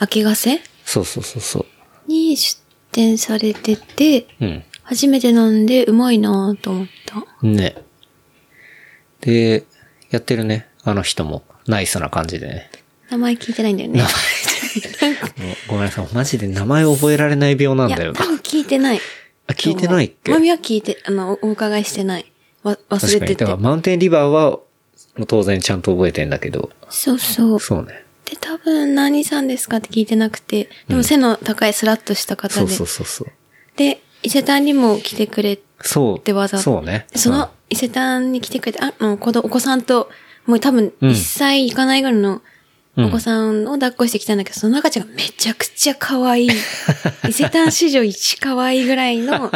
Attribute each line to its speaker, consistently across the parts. Speaker 1: 秋ヶ瀬
Speaker 2: そうそうそうそう。
Speaker 1: に出店されてて、
Speaker 2: うん。
Speaker 1: 初めて飲んでうまいなぁと思った。
Speaker 2: ね。で、やってるね。あの人も。ナイスな感じでね。
Speaker 1: 名前聞いてないんだよね。
Speaker 2: もうごめんなさい。マジで名前覚えられない病なん
Speaker 1: い
Speaker 2: だよ
Speaker 1: や、多
Speaker 2: な。
Speaker 1: 分聞いてない。
Speaker 2: あ聞いてないっけ
Speaker 1: マミは聞いて、あの、おお伺いしてない。わ、
Speaker 2: 確
Speaker 1: 忘
Speaker 2: か
Speaker 1: れ
Speaker 2: に。
Speaker 1: て
Speaker 2: だ
Speaker 1: て
Speaker 2: から。マウンテンリバーは、もう当然ちゃんと覚えてんだけど。
Speaker 1: そうそう。
Speaker 2: そうね。
Speaker 1: で、多分、何さんですかって聞いてなくて、でも背の高いスラッとした方で。
Speaker 2: そうそうそうそう。
Speaker 1: で、伊勢丹にも来てくれて、
Speaker 2: そう。
Speaker 1: でわざ
Speaker 2: そうね。
Speaker 1: その伊勢丹に来てくれて、あの、子供、お子さんと、もう多分、1歳いかないぐらいの
Speaker 2: うん
Speaker 1: お子さんを抱っこしてきたんだけど、その赤ちゃんがめちゃくちゃ可愛 い。伊勢丹史上一可愛いぐらいの
Speaker 2: うん。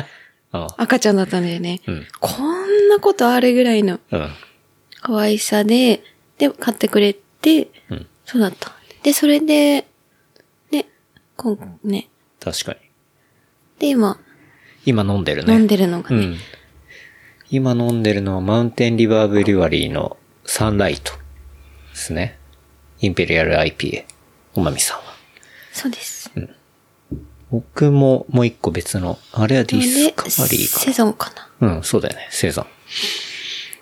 Speaker 2: あ
Speaker 1: 赤ちゃんだったんだよね。
Speaker 2: うん。
Speaker 1: こんなことあるぐらいの
Speaker 2: うん。
Speaker 1: 可愛さで、で、買ってくれて、
Speaker 2: うん。
Speaker 1: そうだった。で、それで、ね、こん、ね。
Speaker 2: 確かに。
Speaker 1: で、今、
Speaker 2: 今飲んでるね。
Speaker 1: 飲んでるの
Speaker 2: う
Speaker 1: がね。
Speaker 2: ん。今飲んでるのはマウンテンリバーブリュワリーのサンライトですね。インペリアル IPA。おまみさんは。
Speaker 1: そうです。
Speaker 2: 僕ももう一個別の、あれはディスカバ
Speaker 1: で
Speaker 2: リー
Speaker 1: セゾンかな。
Speaker 2: かな。うん、そうだよね。セザ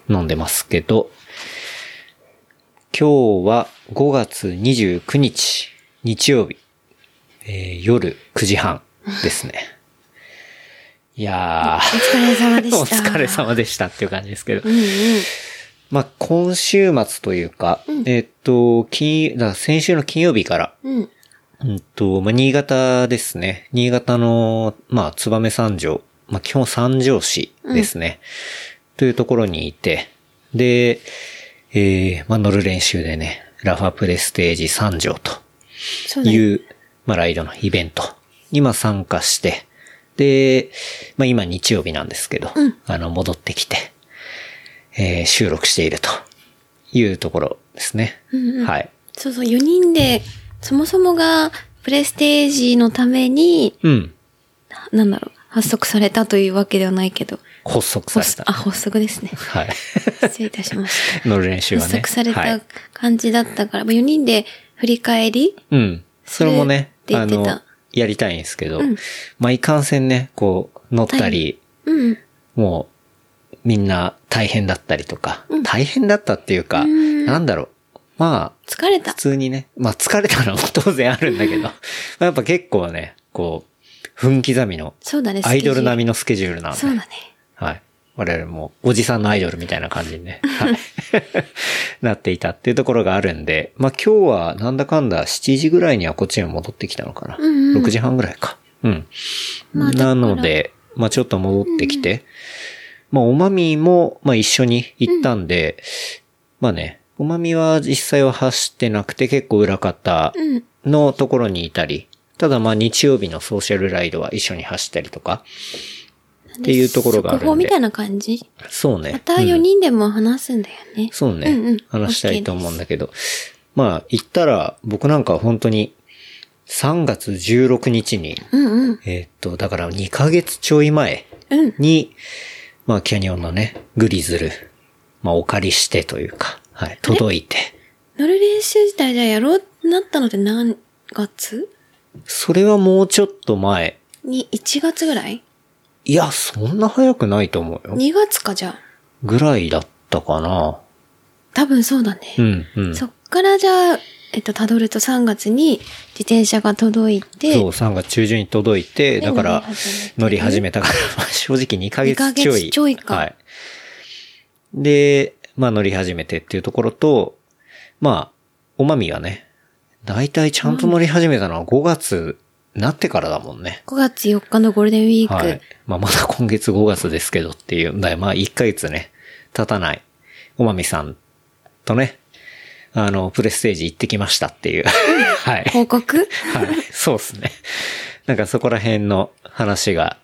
Speaker 2: ン。飲んでますけど、今日は5月29日、日曜日、えー夜9時半ですね。 いやー。
Speaker 1: お疲れ様 で
Speaker 2: お
Speaker 1: した。
Speaker 2: 疲れ様でしたっていう感じですけど
Speaker 1: う。んうん。
Speaker 2: まあ、今週末というか、えっと、金、だから先週の金曜日から、
Speaker 1: うん。
Speaker 2: うんと、まあ、新潟ですね。新潟の、まあ、燕三条、まあ、基本三条市ですね、というところにいて、で、えー、まあ、乗る練習でね、ラファプレステージ三条と
Speaker 1: そうだね。
Speaker 2: いう、まあ、ライドのイベントに、まあ、参加して、で、まあ、今日曜日なんですけど、
Speaker 1: うん
Speaker 2: あの、戻ってきて、えー収録しているというところですね。
Speaker 1: うんうん
Speaker 2: はい。
Speaker 1: そうそう、4人で、そもそもが、プレステージのために、
Speaker 2: うん。
Speaker 1: ななんだろう、発足されたというわけではないけど、
Speaker 2: 発足され
Speaker 1: 発
Speaker 2: た。
Speaker 1: 足。あ、発足ですね
Speaker 2: はい。
Speaker 1: 失礼いたしまし
Speaker 2: 乗る練習
Speaker 1: た。
Speaker 2: がね。
Speaker 1: 発足され
Speaker 2: は
Speaker 1: た
Speaker 2: い、
Speaker 1: 感じだったから、まあ4人で振り返り
Speaker 2: うん。それもね、
Speaker 1: する
Speaker 2: あ
Speaker 1: って言ってた
Speaker 2: の、やりたいんですけど、
Speaker 1: うん
Speaker 2: まあ、いかんせんね、こう、乗ったり、
Speaker 1: うん。
Speaker 2: もう、みんな大変だったりとか、
Speaker 1: うん
Speaker 2: 大変だったっていうか、
Speaker 1: うん
Speaker 2: なんだろう。まあ、
Speaker 1: 疲れ
Speaker 2: 普
Speaker 1: た。
Speaker 2: 通にね、まあ疲れた のも当然あるんだけど、まあやっぱ結構ね、こう、分刻みの、
Speaker 1: そうだね、
Speaker 2: アイドル並み
Speaker 1: み。
Speaker 2: のスケジュールなんで
Speaker 1: そうだね。
Speaker 2: はい。我々もおじさんのアイドルみたいな感じにね、はい、 なっていたっていうところがあるんで、まあ今日はなんだかんだ7時ぐらいにはこっちに戻ってきたのかな。
Speaker 1: うんうん
Speaker 2: 6時半ぐらいか。うん。
Speaker 1: まあだか
Speaker 2: な
Speaker 1: ら
Speaker 2: ので、まあちょっと戻ってきて、まあおまみも、まあ一緒に行ったんで、まあね、おまみは実際は走ってなくて結構裏方
Speaker 1: うん。
Speaker 2: のところにいたり、ただまあ日曜日のソーシャルライドは一緒に走ったりとか、っていうところがあるんで
Speaker 1: 速報みたいな感じ
Speaker 2: そうね。
Speaker 1: また
Speaker 2: うん
Speaker 1: 4人でも話すんだよね。
Speaker 2: そうね。
Speaker 1: うんうん
Speaker 2: 話したいと思うんだけど。まあ、言ったら、僕なんかは本当に、3月16日に、
Speaker 1: うんうん。
Speaker 2: えーっと、だから2ヶ月ちょい前
Speaker 1: うん。
Speaker 2: に、まあ、キャニオンのね、グリズル、まあ、お借りしてというか、はい、届いて。
Speaker 1: 乗る練習自体じゃあやろうってなったのって何月
Speaker 2: それはもうちょっと前。
Speaker 1: に、1月ぐらい
Speaker 2: いや、そんな早くないと思うよ。
Speaker 1: ?2 月かじゃあ。
Speaker 2: ぐらいだったかな。
Speaker 1: 多分そうだね。
Speaker 2: うん、うん。
Speaker 1: そっからじゃあ、えっと、たどると3月に自転車が届いて、
Speaker 2: そう、3月中旬に届いて、
Speaker 1: で
Speaker 2: だから、乗
Speaker 1: 乗
Speaker 2: り
Speaker 1: り
Speaker 2: 始
Speaker 1: 始
Speaker 2: めたから、 まあ正直2ヶ月ちょい。
Speaker 1: 2ヶ月ちょいか
Speaker 2: はい。で、まあ乗り始めてっていうところと、まあ、おまみがね、だいたいちゃんと乗り始めたのは5月になってからだもんね。
Speaker 1: 5月4日のゴールデンウィーク、
Speaker 2: はい。まあまだ今月5月ですけどっていうんだよ。まあ1ヶ月ね、経たない。おまみさんとね、あの、プレステージ行ってきましたって いう。はい。
Speaker 1: 報告
Speaker 2: はい。そうですね。なんかそこら辺の話が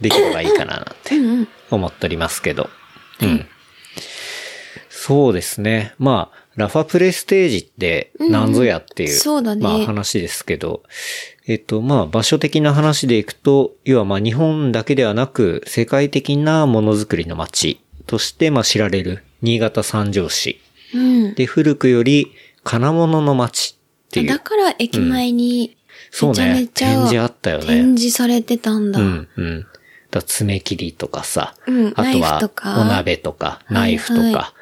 Speaker 2: できればいいかななんて
Speaker 1: うんうん。
Speaker 2: 思っておりますけど。うん。そうですね。まあ、ラファプレイステージって何ぞやっていう、
Speaker 1: うんそうだね
Speaker 2: まあ話ですけど、えっと、まあ場所的な話でいくと、要はまあ日本だけではなく世界的なものづくりの街としてまあ知られる新潟三条市。
Speaker 1: うん。
Speaker 2: で、古くより金物の街っていう
Speaker 1: だ。から駅前に、
Speaker 2: そう
Speaker 1: めちゃ
Speaker 2: ね
Speaker 1: め。ちゃ
Speaker 2: 展示あったよね。
Speaker 1: 展示されてたんだ。
Speaker 2: うん、うん。だから爪切りとかさ、
Speaker 1: うん
Speaker 2: あと
Speaker 1: ナイフと
Speaker 2: は
Speaker 1: か
Speaker 2: お鍋とか、ナイフとか、
Speaker 1: はいは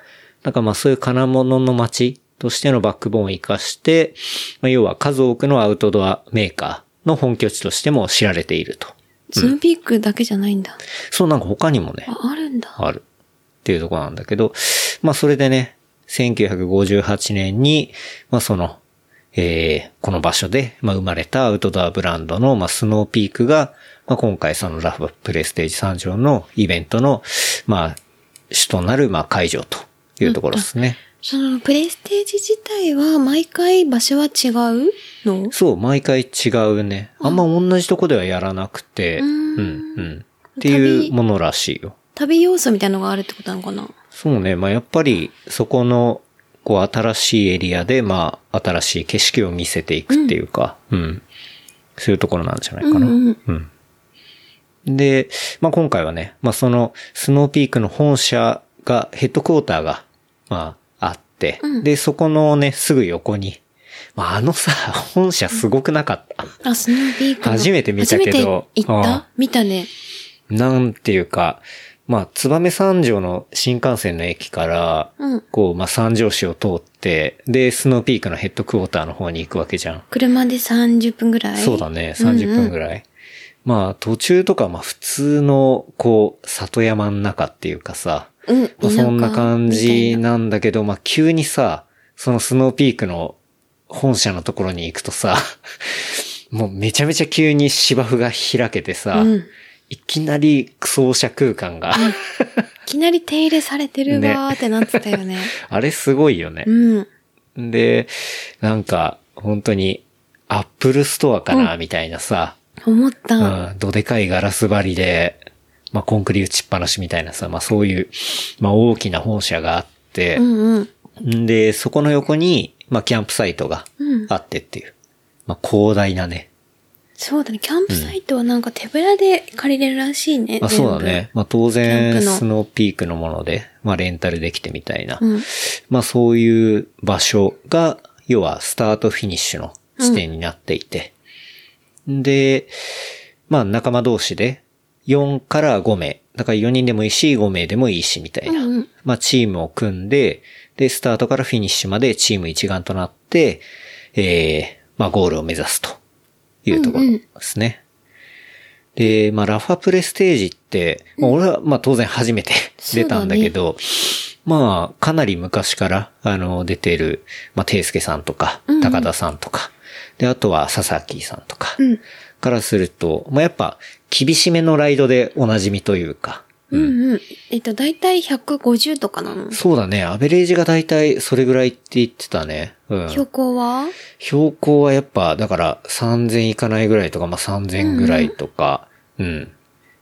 Speaker 2: なんかまあそういう金物の街としてのバックボーンを活かして、まあ、要は数多くのアウトドアメーカーの本拠地としても知られていると。
Speaker 1: スノーピークだけじゃないんだ。
Speaker 2: そうなんか他にもね、
Speaker 1: あ、あるんだ。
Speaker 2: あるっていうところなんだけど、まあそれでね、1958年に、まあその、えーこの場所で、まあ、生まれたアウトドアブランドの、まあ、スノーピークが、まあ、今回そのラフプレステージ3条のイベントの、まあ、主となる、まあ、会場というところですね。
Speaker 1: その、プレイステージ自体は毎回場所は違うの
Speaker 2: そう、毎回違うね。あんま同じとこではやらなくて、
Speaker 1: う
Speaker 2: うんん、うん。っていうものらしいよ。
Speaker 1: 旅要素みたいなのがあるってことなのかな
Speaker 2: そうね。まあ、やっぱり、そこの、こう、新しいエリアで、まあ、新しい景色を見せていくっていうか、うん。そういうところなんじゃないかな。
Speaker 1: うんうん
Speaker 2: うんで、まあ、今回はね、まあ、その、スノーピークの本社が、ヘッドクォーターが、まあ、あって、
Speaker 1: うん
Speaker 2: で、そこのね、すぐ横に、まあ、あのさ、本社すごくなかった。
Speaker 1: あ、スノーピークの。
Speaker 2: 初めて見たけど
Speaker 1: 初めて行った見たね。
Speaker 2: なんていうか、まあ、燕三条の新幹線の駅から、
Speaker 1: うん
Speaker 2: こう、まあ、三条市を通って、で、スノーピークのヘッドクォーターの方に行くわけじゃん。
Speaker 1: 車で30分ぐらい
Speaker 2: そうだね、30分ぐらい。まあ、途中とか、まあ、普通の、こう、里山の中っていうかさ、
Speaker 1: うん。
Speaker 2: まあ、
Speaker 1: 田舎
Speaker 2: そんな感じなんだけど、まあ、急にさ、そのスノーピークの本社のところに行くとさ、 もうめちゃめちゃ急に芝生が開けてさ、
Speaker 1: うん
Speaker 2: いきなり草車空間が、
Speaker 1: いきなり手入れされてるわーってなってたよね。
Speaker 2: あれすごいよね。
Speaker 1: うん。
Speaker 2: で、なんか、本当に、アップルストアかな、みたいなさ、
Speaker 1: 思った。
Speaker 2: うん、どでかいガラス張りで、まあ、コンクリ打ちっぱなしみたいなさ、まあ、そういう、まあ、大きな本社があって
Speaker 1: う、んうん。
Speaker 2: んで、そこの横に、まあ、キャンプサイトが
Speaker 1: うん
Speaker 2: あってっていう、まあ、広大なね、
Speaker 1: そうだね。キャンプサイトはなんか手ぶらで借りれるらしいね。
Speaker 2: まあ、そうだね。まあ、当
Speaker 1: キャン
Speaker 2: 然、
Speaker 1: プの
Speaker 2: スノーピークのもので、まあ、レンタルできてみたいな、
Speaker 1: 全部。うん。
Speaker 2: まあそういう場所が、要はスタートフィニッシュの地点になっていて。で、まあ仲間同士で4から5名。だから4人でもいいし、5名でもいいし、みたいな。
Speaker 1: うんうん
Speaker 2: まあチームを組んで、で、スタートからフィニッシュまでチーム一丸となって、ええまあゴールを目指すというところですね。で、まあラファプレステージって、まあ俺はまあ当然初めて出たんだけど、まあ、かなり昔から、あの、出てる、まあ、ていすけさんとか、高田さんとか、で、あとは、佐々木さんとか、
Speaker 1: うん
Speaker 2: からすると、まあ、やっぱ、厳しめのライドでおなじみというか、
Speaker 1: うんうん。えっと、だいたい150とかなの。
Speaker 2: そうだね、アベレージがだいたいそれぐらいって言ってたね。うん。
Speaker 1: 標高は
Speaker 2: 標高はやっぱ、だから3000いかないぐらいとか、まあ、3000ぐらいとか、うん、っ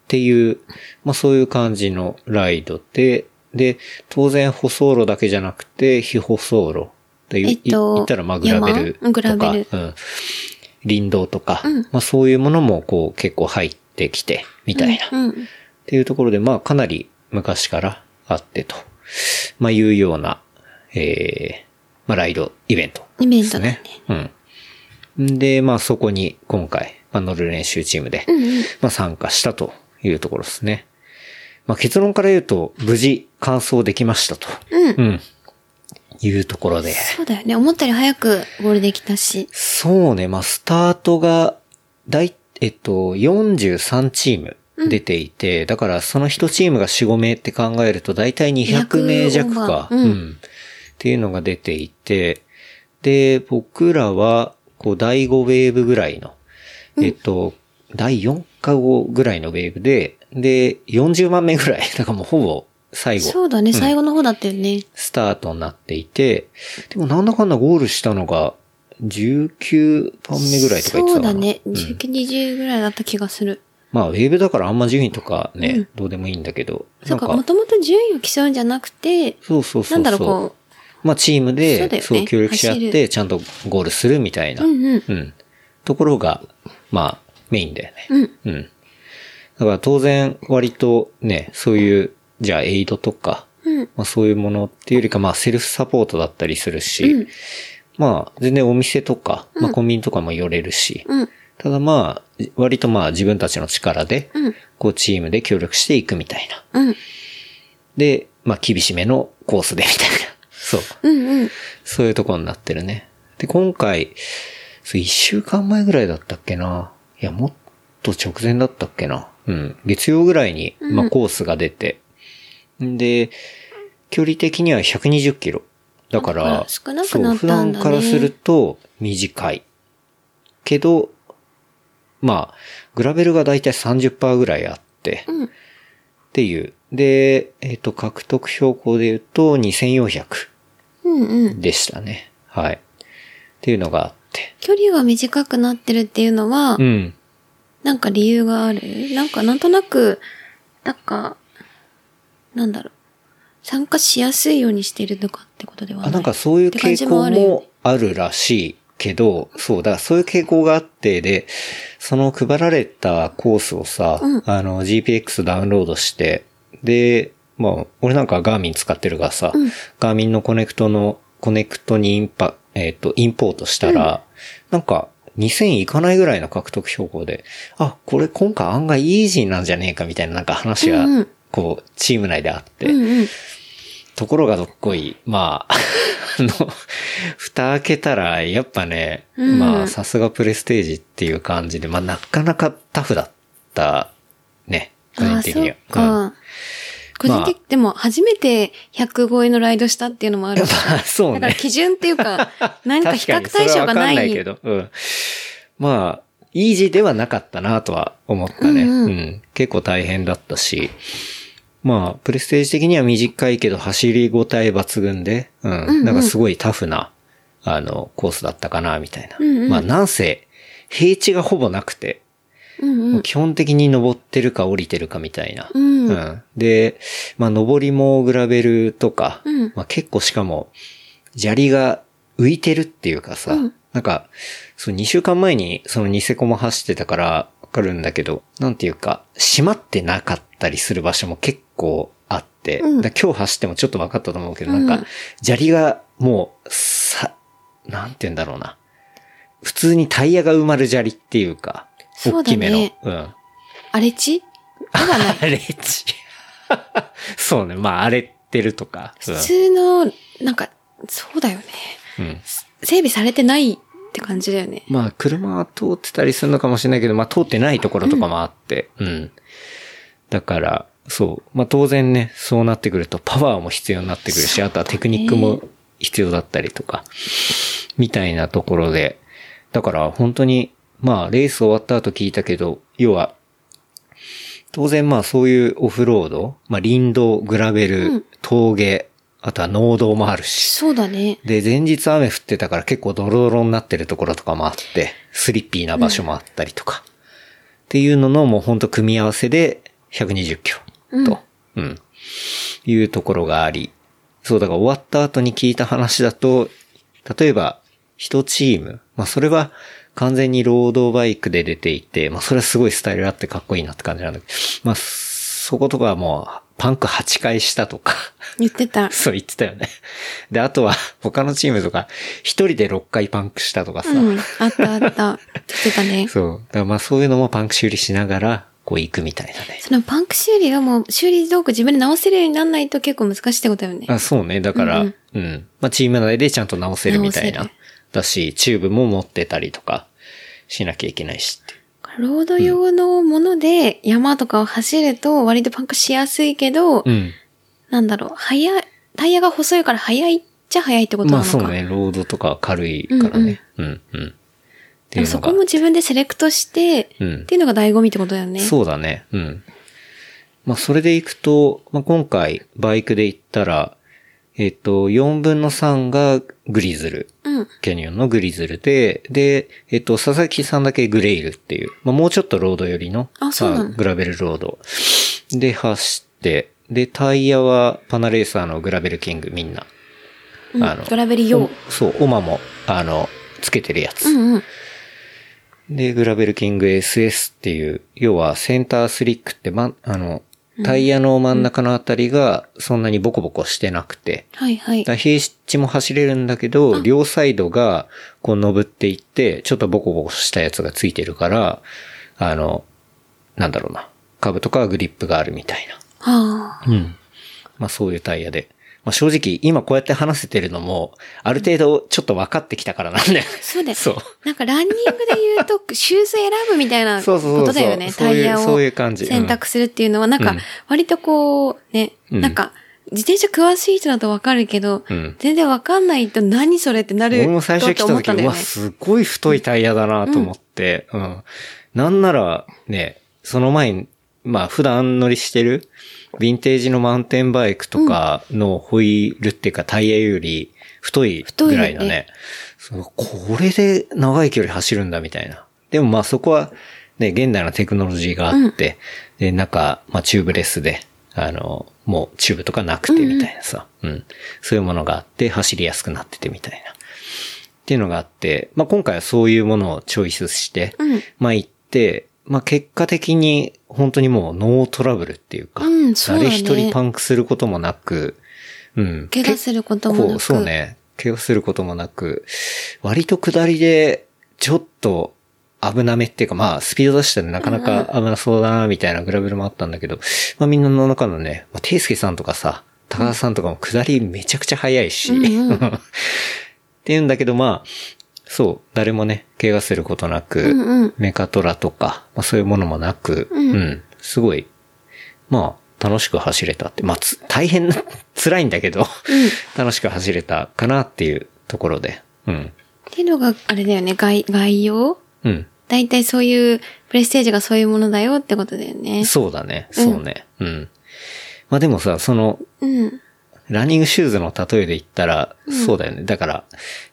Speaker 2: ていう、まあ、そういう感じのライドで、で、当然舗装路だけじゃなくて、非舗装路。でい
Speaker 1: えっと
Speaker 2: い言ったら、まあ、グラベルと
Speaker 1: 山
Speaker 2: か、
Speaker 1: グラベル
Speaker 2: うん。林道とか、
Speaker 1: うん
Speaker 2: まあ、そういうものも、こう、結構入ってきて、みたいな。
Speaker 1: うん。
Speaker 2: っていうところで、まあかなり昔からあってと、まあいうような、ええまあライドイベント
Speaker 1: イベ
Speaker 2: で
Speaker 1: ント
Speaker 2: す
Speaker 1: だね
Speaker 2: ね。。うん。で、まあそこに今回、まあ乗る練習チームで、
Speaker 1: うんうん。
Speaker 2: まあ参加したというところですね。まあ結論から言うと、無事完走できましたと。
Speaker 1: うん
Speaker 2: うん。いうところで。
Speaker 1: そうだよね。思ったより早くゴールできたし。
Speaker 2: そうね、まあ、スタートが、だい、えっと、43チーム出ていて、だからその1チームが4、5名って考えると、だいたい200名弱
Speaker 1: 200オーバ
Speaker 2: か、
Speaker 1: ーうん
Speaker 2: っていうのが出ていて、で、僕らは、こう、第5ウェーブぐらいの、えっと、第4か5ぐらいのウェーブで、で、40万名ぐらい、だからもうほぼ最後、
Speaker 1: そうだね、最後の方だったよね。
Speaker 2: スタートになっていて、でもなんだかんだゴールしたのが、19番目ぐらいとか言ってた
Speaker 1: そう
Speaker 2: かな
Speaker 1: だね。
Speaker 2: うん
Speaker 1: 19、20ぐらいだった気がする。
Speaker 2: まあ、ウェーブだからあんま順位とかね、どうでもいいんだけど、
Speaker 1: そ
Speaker 2: な
Speaker 1: うんか、
Speaker 2: か、
Speaker 1: もともと順位を競うんじゃなくて、
Speaker 2: そうそうそうそう。
Speaker 1: なんだろう、こ
Speaker 2: まあ、チームで、そ,、
Speaker 1: そううだよね
Speaker 2: 協力し合っ
Speaker 1: 走
Speaker 2: て、ちゃんとゴールするみたいな、
Speaker 1: う、うんうん。
Speaker 2: うんところが、まあ、メインだよね。
Speaker 1: うん。
Speaker 2: うん。だから当然、割とね、そういう、じゃあエイドとか、
Speaker 1: うん。
Speaker 2: まあそういうものっていうよりか、まあセルフサポートだったりするし、
Speaker 1: うん
Speaker 2: まあ全然お店とか、まあコンビニとかも寄れるし、
Speaker 1: うん。
Speaker 2: ただまあ、割とまあ自分たちの力で、
Speaker 1: うん。
Speaker 2: こうチームで協力していくみたいな。
Speaker 1: うん。
Speaker 2: で、まあ厳しめのコースでみたいな。 そう。
Speaker 1: うん。うん。
Speaker 2: そういうとこになってるね。で、今回、そう、一週間前ぐらいだったっけな。いや、もっと直前だったっけな。うん。月曜ぐらいに、まあ、コースが出て。ん、で、距離的には120キロ。だか
Speaker 1: あ
Speaker 2: ら、
Speaker 1: 少なくなったんだ
Speaker 2: そう普段
Speaker 1: ね
Speaker 2: からすると短い。けど、まあ、グラベルがだいたい30%ぐらいあって、
Speaker 1: うん
Speaker 2: っていう。で、えっ、と、獲得標高で言うと2400。
Speaker 1: うん。うん。
Speaker 2: でしたね。はい。っていうのがあって。
Speaker 1: 距離が短くなってるっていうのは
Speaker 2: う、ん。
Speaker 1: なんか理由があるなんかなんとなく、なんか、なんだろう。参加しやすいようにしてるとかってことではない
Speaker 2: あ、なんかそういう傾向
Speaker 1: って感じもあるよ
Speaker 2: もあるらしいけど、そう、だからそういう傾向があって、で、その配られたコースをさ、
Speaker 1: うん
Speaker 2: あの、GPX ダウンロードして、で、まあ、俺なんかガーミン使ってるがさ、
Speaker 1: うん
Speaker 2: ガーミンのコネクトの、コネクトにインパ、えっ、と、インポートしたら、なんか、2000いかないぐらいの獲得標高で、あ、これ今回案外イージーなんじゃねえかみたいななんか話が、
Speaker 1: うんうん
Speaker 2: こう、チーム内であって、
Speaker 1: うんうん。
Speaker 2: ところがどっこい、まあ、あの、蓋開けたら、やっぱね、
Speaker 1: うん
Speaker 2: まあ、さすがプレステージっていう感じで、まあ、なかなかタフだった、ね、個
Speaker 1: あ
Speaker 2: 人
Speaker 1: あ、
Speaker 2: 的
Speaker 1: そ
Speaker 2: に
Speaker 1: っ
Speaker 2: は。うん
Speaker 1: か。個人的、でも初めて100超えのライドしたっていうのも あるし。
Speaker 2: まあ、そう
Speaker 1: だ
Speaker 2: ね。
Speaker 1: から基準ってい うか、何か比較
Speaker 2: 確
Speaker 1: 対
Speaker 2: にそれ
Speaker 1: 象
Speaker 2: は
Speaker 1: が
Speaker 2: わか
Speaker 1: なんい。
Speaker 2: ないけど、うん。まあ、イージーではなかったなとは思ったね。う、
Speaker 1: うんん
Speaker 2: う
Speaker 1: うんん
Speaker 2: 結構大変だったし。まあ、プレステージ的には短いけど走り応え抜群で、うん。
Speaker 1: うんうん
Speaker 2: なんかすごいタフな、あの、コースだったかな、みたいな。
Speaker 1: うんうん
Speaker 2: まあ、なんせ、平地がほぼなくて、
Speaker 1: うんう。
Speaker 2: もうん基本的に登ってるか降りてるかみたいな。
Speaker 1: うん
Speaker 2: うんで、まあ、登りもグラベルとか、
Speaker 1: うん
Speaker 2: まあ、結構しかも、砂利が浮いてるっていうかさ、
Speaker 1: うん
Speaker 2: なんか、そう、2週間前にそのニセコも走ってたからわかるんだけど、なんていうか、閉まってなかったりする場所も結構あって、
Speaker 1: うん
Speaker 2: だから今日走ってもちょっと分かったと思うけど、
Speaker 1: うん
Speaker 2: なんか、砂利がもう、さ、なんて言うんだろうな。普通にタイヤが埋まる砂利っていうか、
Speaker 1: そうだ
Speaker 2: 大き
Speaker 1: ね
Speaker 2: めの。うん。
Speaker 1: 荒れ地では ない。
Speaker 2: 荒れ地。そうね。まあ、荒れてるとか。うん
Speaker 1: 普通の、なんか、そうだよね。
Speaker 2: うん
Speaker 1: 整備されてないって感じだよね。
Speaker 2: まあ、車は通ってたりするのかもしれないけど、まあ、通ってないところとかもあって。うん。だから、そう。まあ、当然ね、そうなってくると、パワーも必要になってくるし、あとはテクニックも必要だったりとか、みたいなところで。だから、本当に、まあ、レース終わった後聞いたけど、要は、当然まあそういうオフロード、まあ林道、グラベ
Speaker 1: う
Speaker 2: ル
Speaker 1: ん、
Speaker 2: 峠、あとは農道もあるし、
Speaker 1: そうだね。
Speaker 2: で、前日雨降ってたから結構ドロドロになってるところとかもあって、スリッピーな場所もあったりとか、っていうののもうほんと組み合わせで120キロと、うん、いうところがあり、そう、だから終わった後に聞いた話だと、例えば、一チーム、まあそれは完全にロードバイクで出ていて、まあそれはすごいスタイルあってかっこいいなって感じなんだけど、まあそことかはもうパンク8回したとか、
Speaker 1: 言って た。
Speaker 2: そう言ってたよね。で、あとは、 他のチームとか、一人で6回パンクしたとかさ。
Speaker 1: うん。あったあった。言ってたね。
Speaker 2: そう。だからまあそういうのもパンク修理しながら、こう行くみたいなね。
Speaker 1: そのパンク修理がもう修理道具自分で直せるようにならないと結構難しいってことだよね。
Speaker 2: あそうね。だから、う、
Speaker 1: うん
Speaker 2: まあチーム内でちゃんと直せるみたい
Speaker 1: 直
Speaker 2: な
Speaker 1: せる。
Speaker 2: だし、チューブも持ってたりとか、しなきゃいけないしって。
Speaker 1: ロード用のもので山とかを走ると割とパンクしやすいけど、
Speaker 2: うん。
Speaker 1: なんだろう、速い、タイヤが細いから速いっちゃ速いってことな
Speaker 2: ま
Speaker 1: の
Speaker 2: あ
Speaker 1: か。
Speaker 2: そうね。ロードとかは軽いからね。うん、うん、っていう
Speaker 1: でも
Speaker 2: の
Speaker 1: そ
Speaker 2: が
Speaker 1: こも自分でセレクトして、
Speaker 2: うん
Speaker 1: っていうのが醍醐味ってことだよね。
Speaker 2: そうだね。うん。まあ、それで行くと、まあ、今回、バイクで行ったら、えっと、4分の3がグリズル。
Speaker 1: うん。
Speaker 2: キャニオンのグリズルで、で、えっと、佐々木さんだけグレイルっていう、まあ、もうちょっとロード寄りの、
Speaker 1: あそうなの
Speaker 2: グラベルロードで走って、で、タイヤはパナレーサーのグラベルキングみんな。
Speaker 1: うん
Speaker 2: あの
Speaker 1: グラベリ用。
Speaker 2: そう、オマも、あの、つけてるやつ。
Speaker 1: うんうん。
Speaker 2: で、グラベルキング SS っていう、要はセンタースリックって、ま、あの、タイヤの真ん中のあたりがそんなにボコボコしてなくて、
Speaker 1: はいはい。
Speaker 2: だ平地も走れるんだけど、両サイドがこう登っていって、ちょっとボコボコしたやつがついてるから、あの、なんだろうな。株とかはグリップがあるみたい
Speaker 1: は
Speaker 2: な。
Speaker 1: あ。
Speaker 2: うん。まあそういうタイヤで。まあ正直、今こうやって話せてるのも、ある程度ちょっと分かってきたからなんだよね。
Speaker 1: そうだよ。
Speaker 2: そう。
Speaker 1: なんかランニングで言うと、 シューズ選ぶみたいな
Speaker 2: そう
Speaker 1: こ
Speaker 2: そうそうそう
Speaker 1: とだよね。
Speaker 2: そう
Speaker 1: タ
Speaker 2: いう
Speaker 1: イヤを
Speaker 2: そういう感じうん
Speaker 1: 選択するっていうのは、なん
Speaker 2: う
Speaker 1: か
Speaker 2: ん、
Speaker 1: 割とこう、ね、
Speaker 2: うん
Speaker 1: なんか、自転車詳しい人だとわかるけど、
Speaker 2: うん
Speaker 1: 全然わかんないと何それってなる
Speaker 2: 俺も最初来
Speaker 1: と
Speaker 2: た
Speaker 1: 思っ
Speaker 2: 時、
Speaker 1: たんだ
Speaker 2: う
Speaker 1: よ
Speaker 2: わ、
Speaker 1: ね。
Speaker 2: すごい太いタイヤだなと思って、うん。なんなら、ね、その前に、まあ普段乗りしてる、ヴィンテージのマウンテンバイクとかのホイールっていうかタイヤより太いぐらいの
Speaker 1: 太いよ
Speaker 2: ね
Speaker 1: ね、
Speaker 2: そうこれで長い距離走るんだみたいな。でもまあそこは、ね、現代のテクノロジーがあって、で、なんか、まあチューブレスで、あの、もうチューブとかなくてみたいなさ、うん。そういうものがあって走りやすくなっててみたいな。っていうのがあって、まあ、今回はそういうものをチョイスして、
Speaker 1: うん
Speaker 2: まあ、行って、まあ、結果的に本当にもうノートラブルっていうか、
Speaker 1: うんそうだね
Speaker 2: 誰一人パンクすることもなく、うん。
Speaker 1: 怪我することもなく。
Speaker 2: そうね。怪我することもなく、割と下りで、ちょっと危なめっていうか、まあ、スピード出したらなかなか危なそうだな、みたいなグラベルもあったんだけど、まあ、みんなの中のね、まあ、ていすけさんとかさ、高田さんとかも下りめちゃくちゃ速いし、
Speaker 1: うんうん
Speaker 2: っていうんだけど、まあ、そう、誰もね、怪我することなく、
Speaker 1: うんうん。
Speaker 2: メカトラとか、まあ、そういうものもなく、
Speaker 1: うん
Speaker 2: すごい、まあ、楽しく走れたって、まあ、つ大変な、 辛いんだけど、 楽しく走れたかなっていうところで、うん、
Speaker 1: っていうのが、あれだよね、概、概要
Speaker 2: うん、
Speaker 1: だいたいそういう、プレステージがそういうものだよってことだよね。
Speaker 2: そうだね、そうね、うん。まあでもさ、その、
Speaker 1: うん。
Speaker 2: ランニングシューズの例えで言ったら、そうだよね。だから、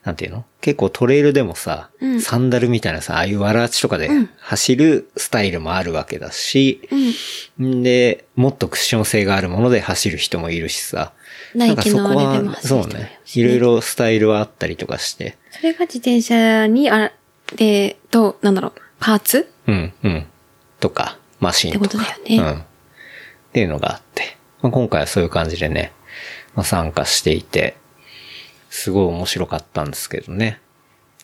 Speaker 2: なんていうの結構トレイルでもさ、
Speaker 1: うん
Speaker 2: サンダルみたいなさ、ああいうわらあちとかで走るスタイルもあるわけだし、
Speaker 1: うん。
Speaker 2: んで、もっとクッション性があるもので走る人もいるしさ。
Speaker 1: ナイキの
Speaker 2: なんかそこは
Speaker 1: あれでも走る人もいるし
Speaker 2: そう
Speaker 1: ね
Speaker 2: ね。いろいろスタイルはあったりとかして。
Speaker 1: それが自転車に、あ、で、と、なんだろう、パーツ
Speaker 2: うん、うん。とか、マシンとか。
Speaker 1: ってことだよね
Speaker 2: うん。っていうのがあって。まあ、今回はそういう感じでね、まあ、参加していて、すごい面白かったんですけどね。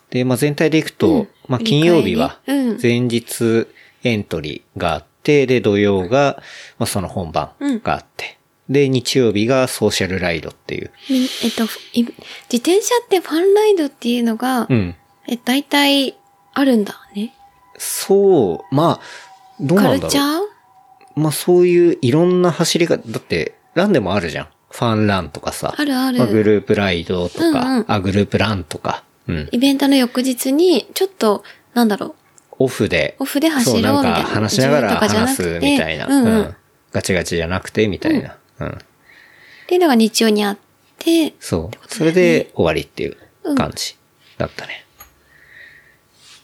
Speaker 2: で、まあ、全体でいくと、
Speaker 1: うん
Speaker 2: まあ、金曜日は、
Speaker 1: 振り返りうん
Speaker 2: 前日エントリーがあって、で、土曜が、まあ、その本番があって、で、日曜日がソーシャルライドっていう。
Speaker 1: みえっと、い自転車ってファンライドっていうのが、
Speaker 2: うん。
Speaker 1: え、大体あるんだね。
Speaker 2: そう、まあ、どう
Speaker 1: カ
Speaker 2: な
Speaker 1: ル
Speaker 2: んだろ
Speaker 1: チ
Speaker 2: う。
Speaker 1: ャー
Speaker 2: まあ、そういういろんな走り方、だって、ランでもあるじゃん。ファンランとかさ。
Speaker 1: あるある
Speaker 2: まグループライドとか、
Speaker 1: うんうん
Speaker 2: あ、グループランとか。うん。
Speaker 1: イベントの翌日に、ちょっと、なんだろ
Speaker 2: オフで。
Speaker 1: オフで走ろ
Speaker 2: そ
Speaker 1: う
Speaker 2: なん
Speaker 1: みた
Speaker 2: か
Speaker 1: いな
Speaker 2: 話しながら
Speaker 1: 自由とかじゃな
Speaker 2: 話
Speaker 1: くて
Speaker 2: すみたいな。
Speaker 1: うんうん
Speaker 2: ガチガチじゃなくて、みたいな。うん。
Speaker 1: う、っていうのが日曜にあって、
Speaker 2: そう。それで終わりっていう感じだったね。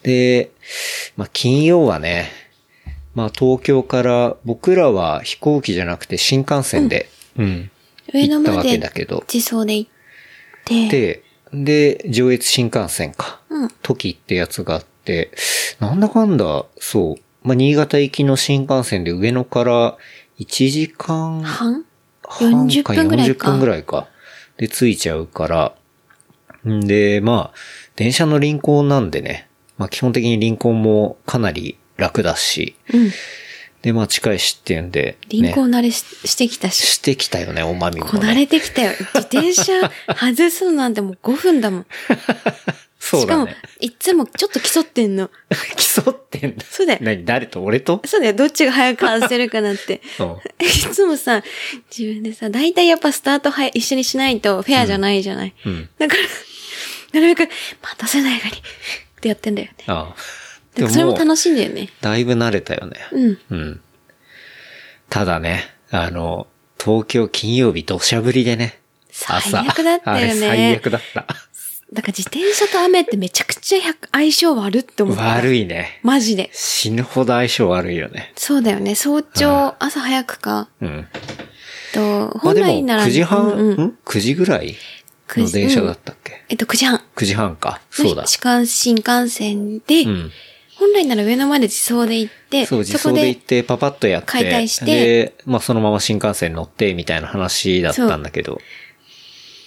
Speaker 2: で、まあ、金曜はね、まあ、東京から、僕らは飛行機じゃなくて新幹線で、うん。
Speaker 1: 上野
Speaker 2: 行った
Speaker 1: ま
Speaker 2: わけ
Speaker 1: で
Speaker 2: だけど。
Speaker 1: 自走で行って、
Speaker 2: で、で、上越新幹線か。
Speaker 1: うん。
Speaker 2: 時ってやつがあって、なんだかんだ、そう。まあ、新潟行きの新幹線で上野から1時間
Speaker 1: 半
Speaker 2: 半
Speaker 1: 40分ぐらいか
Speaker 2: 40分ぐらいか。で、着いちゃうから。んで、まあ、電車の輪行なんでね。まあ、基本的に輪行もかなり楽だし。
Speaker 1: うん。
Speaker 2: で、まあ、近いしっていうんで、
Speaker 1: 輪行
Speaker 2: ね、
Speaker 1: 慣れし,、してきたし、
Speaker 2: してきたよね、おまみも、ね。
Speaker 1: こなれてきたよ。自転車外すのなんてもう5分だもん。
Speaker 2: そう
Speaker 1: しか
Speaker 2: だ
Speaker 1: も
Speaker 2: ね。、
Speaker 1: いつもちょっと競ってんの。
Speaker 2: 競ってんだ。
Speaker 1: そうだよ
Speaker 2: 何誰と俺と
Speaker 1: そうだよ、どっちが早く外せるかなって。
Speaker 2: うん。
Speaker 1: いつもさ、自分でさ、大体やっぱスタートは一緒にしないとフェアじゃないじゃない。
Speaker 2: うん。
Speaker 1: だから、なるべく待たせないようにってやってんだよね。
Speaker 2: ああ。
Speaker 1: でもそれも
Speaker 2: う
Speaker 1: 楽しいんだよね。
Speaker 2: だいぶ慣れたよね。
Speaker 1: うん。
Speaker 2: うん。ただね、あの、東京金曜日土砂降りでね。
Speaker 1: 最悪だったよね
Speaker 2: あれ最悪だった。
Speaker 1: だから自転車と雨ってめちゃくちゃ百相性悪って思った。
Speaker 2: 悪
Speaker 1: い。
Speaker 2: いね。
Speaker 1: マジで。
Speaker 2: 死ぬほど相性悪いよね。
Speaker 1: そうだよね。早
Speaker 2: は
Speaker 1: 朝、朝早くか。
Speaker 2: うん。
Speaker 1: と、
Speaker 2: まあ
Speaker 1: 本
Speaker 2: でも、
Speaker 1: 来なら。
Speaker 2: 9時半、
Speaker 1: うんうん
Speaker 2: ん ?9 時ぐらい
Speaker 1: 9
Speaker 2: の
Speaker 1: 時
Speaker 2: 電車だったっけ、
Speaker 1: えっと、9時半。
Speaker 2: ?9 時半か。そうだ
Speaker 1: の。市間新幹線で、
Speaker 2: うん。
Speaker 1: 本来なら上野まで自走で行って、
Speaker 2: そう、自
Speaker 1: こ
Speaker 2: 走で行って、パパッとやって、
Speaker 1: 解体して
Speaker 2: で、まあそのまま新幹線乗って、みたいな話だったんだけど、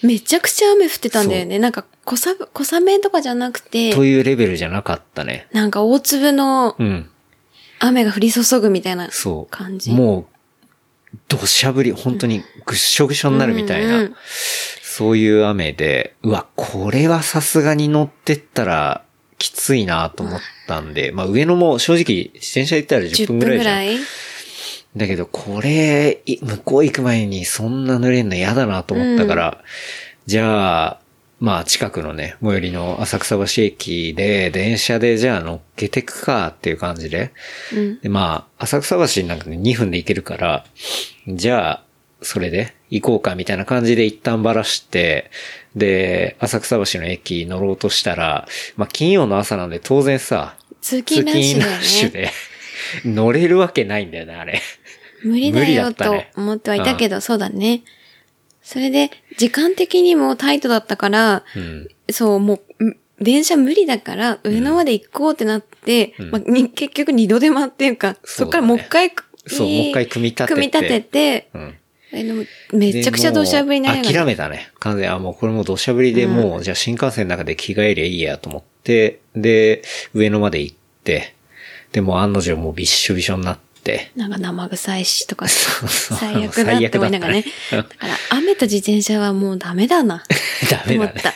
Speaker 1: めちゃくちゃ雨降ってたんだよね。なんか、小雨、小雨とかじゃなくて、
Speaker 2: というレベルじゃなかったね。
Speaker 1: なんか大粒の
Speaker 2: うん。
Speaker 1: 雨が降り注ぐみたいな
Speaker 2: そう。
Speaker 1: 感じ。
Speaker 2: もう、土砂降り、本当にぐっしょぐしょになるみたいな、
Speaker 1: うんうん
Speaker 2: そういう雨で、うわ、これはさすがに乗ってったら、きついなと思ったんで、まあ上野も正直、自転車で行ったら10
Speaker 1: 10
Speaker 2: 分
Speaker 1: 分
Speaker 2: ぐらい
Speaker 1: ぐ
Speaker 2: じゃん
Speaker 1: ら。い
Speaker 2: だけど、これ、い向こう行く前にそんな濡れんの嫌だなと思ったから、じゃあ、まあ近くのね、最寄りの浅草橋駅で、電車でじゃあ乗っけてくかっていう感じで。
Speaker 1: うん。
Speaker 2: で、まあ、浅草橋なんかね、2分で行けるから、じゃあ、それで行こうかみたいな感じで一旦ばらして、で、浅草橋の駅乗ろうとしたら、まあ金曜の朝なんで当然さ、通
Speaker 1: 通勤ラッシ
Speaker 2: 勤
Speaker 1: ュ
Speaker 2: ラ
Speaker 1: だよ
Speaker 2: ッシュ
Speaker 1: ね。
Speaker 2: で、 乗れるわけないんだよね、あれ。
Speaker 1: 無理
Speaker 2: 無
Speaker 1: だ
Speaker 2: 理だ
Speaker 1: よ
Speaker 2: った
Speaker 1: と
Speaker 2: ね
Speaker 1: 思ってはいたけど、そうだね。それで、時間的にもタイトだったから、
Speaker 2: うん。
Speaker 1: そう、もう、ん電車無理だから、上野まで行こうってなって、
Speaker 2: うん
Speaker 1: まあ、に結局二度手間っていうか、そ
Speaker 2: そうだね
Speaker 1: っからもう一回、
Speaker 2: そう、もう一回組み立てて。
Speaker 1: 組み立てて、
Speaker 2: うん。
Speaker 1: えでもめちゃくちゃ土砂降りにな
Speaker 2: でもう諦
Speaker 1: が
Speaker 2: めたね。完全に、あ、もうこれもう土砂降りで、
Speaker 1: うん
Speaker 2: もう、じゃあ新幹線の中で着替えりゃいいやと思って、で、上野まで行って、でもう案の定もうびっしょびしょになって、
Speaker 1: なんか生臭いしとか、
Speaker 2: うそう
Speaker 1: 最悪だって思いながらね。
Speaker 2: 最悪だっ
Speaker 1: だ
Speaker 2: たね
Speaker 1: から、雨と自転車はもうダメだな。
Speaker 2: ダメ
Speaker 1: 思
Speaker 2: だ
Speaker 1: っ
Speaker 2: ね。
Speaker 1: た。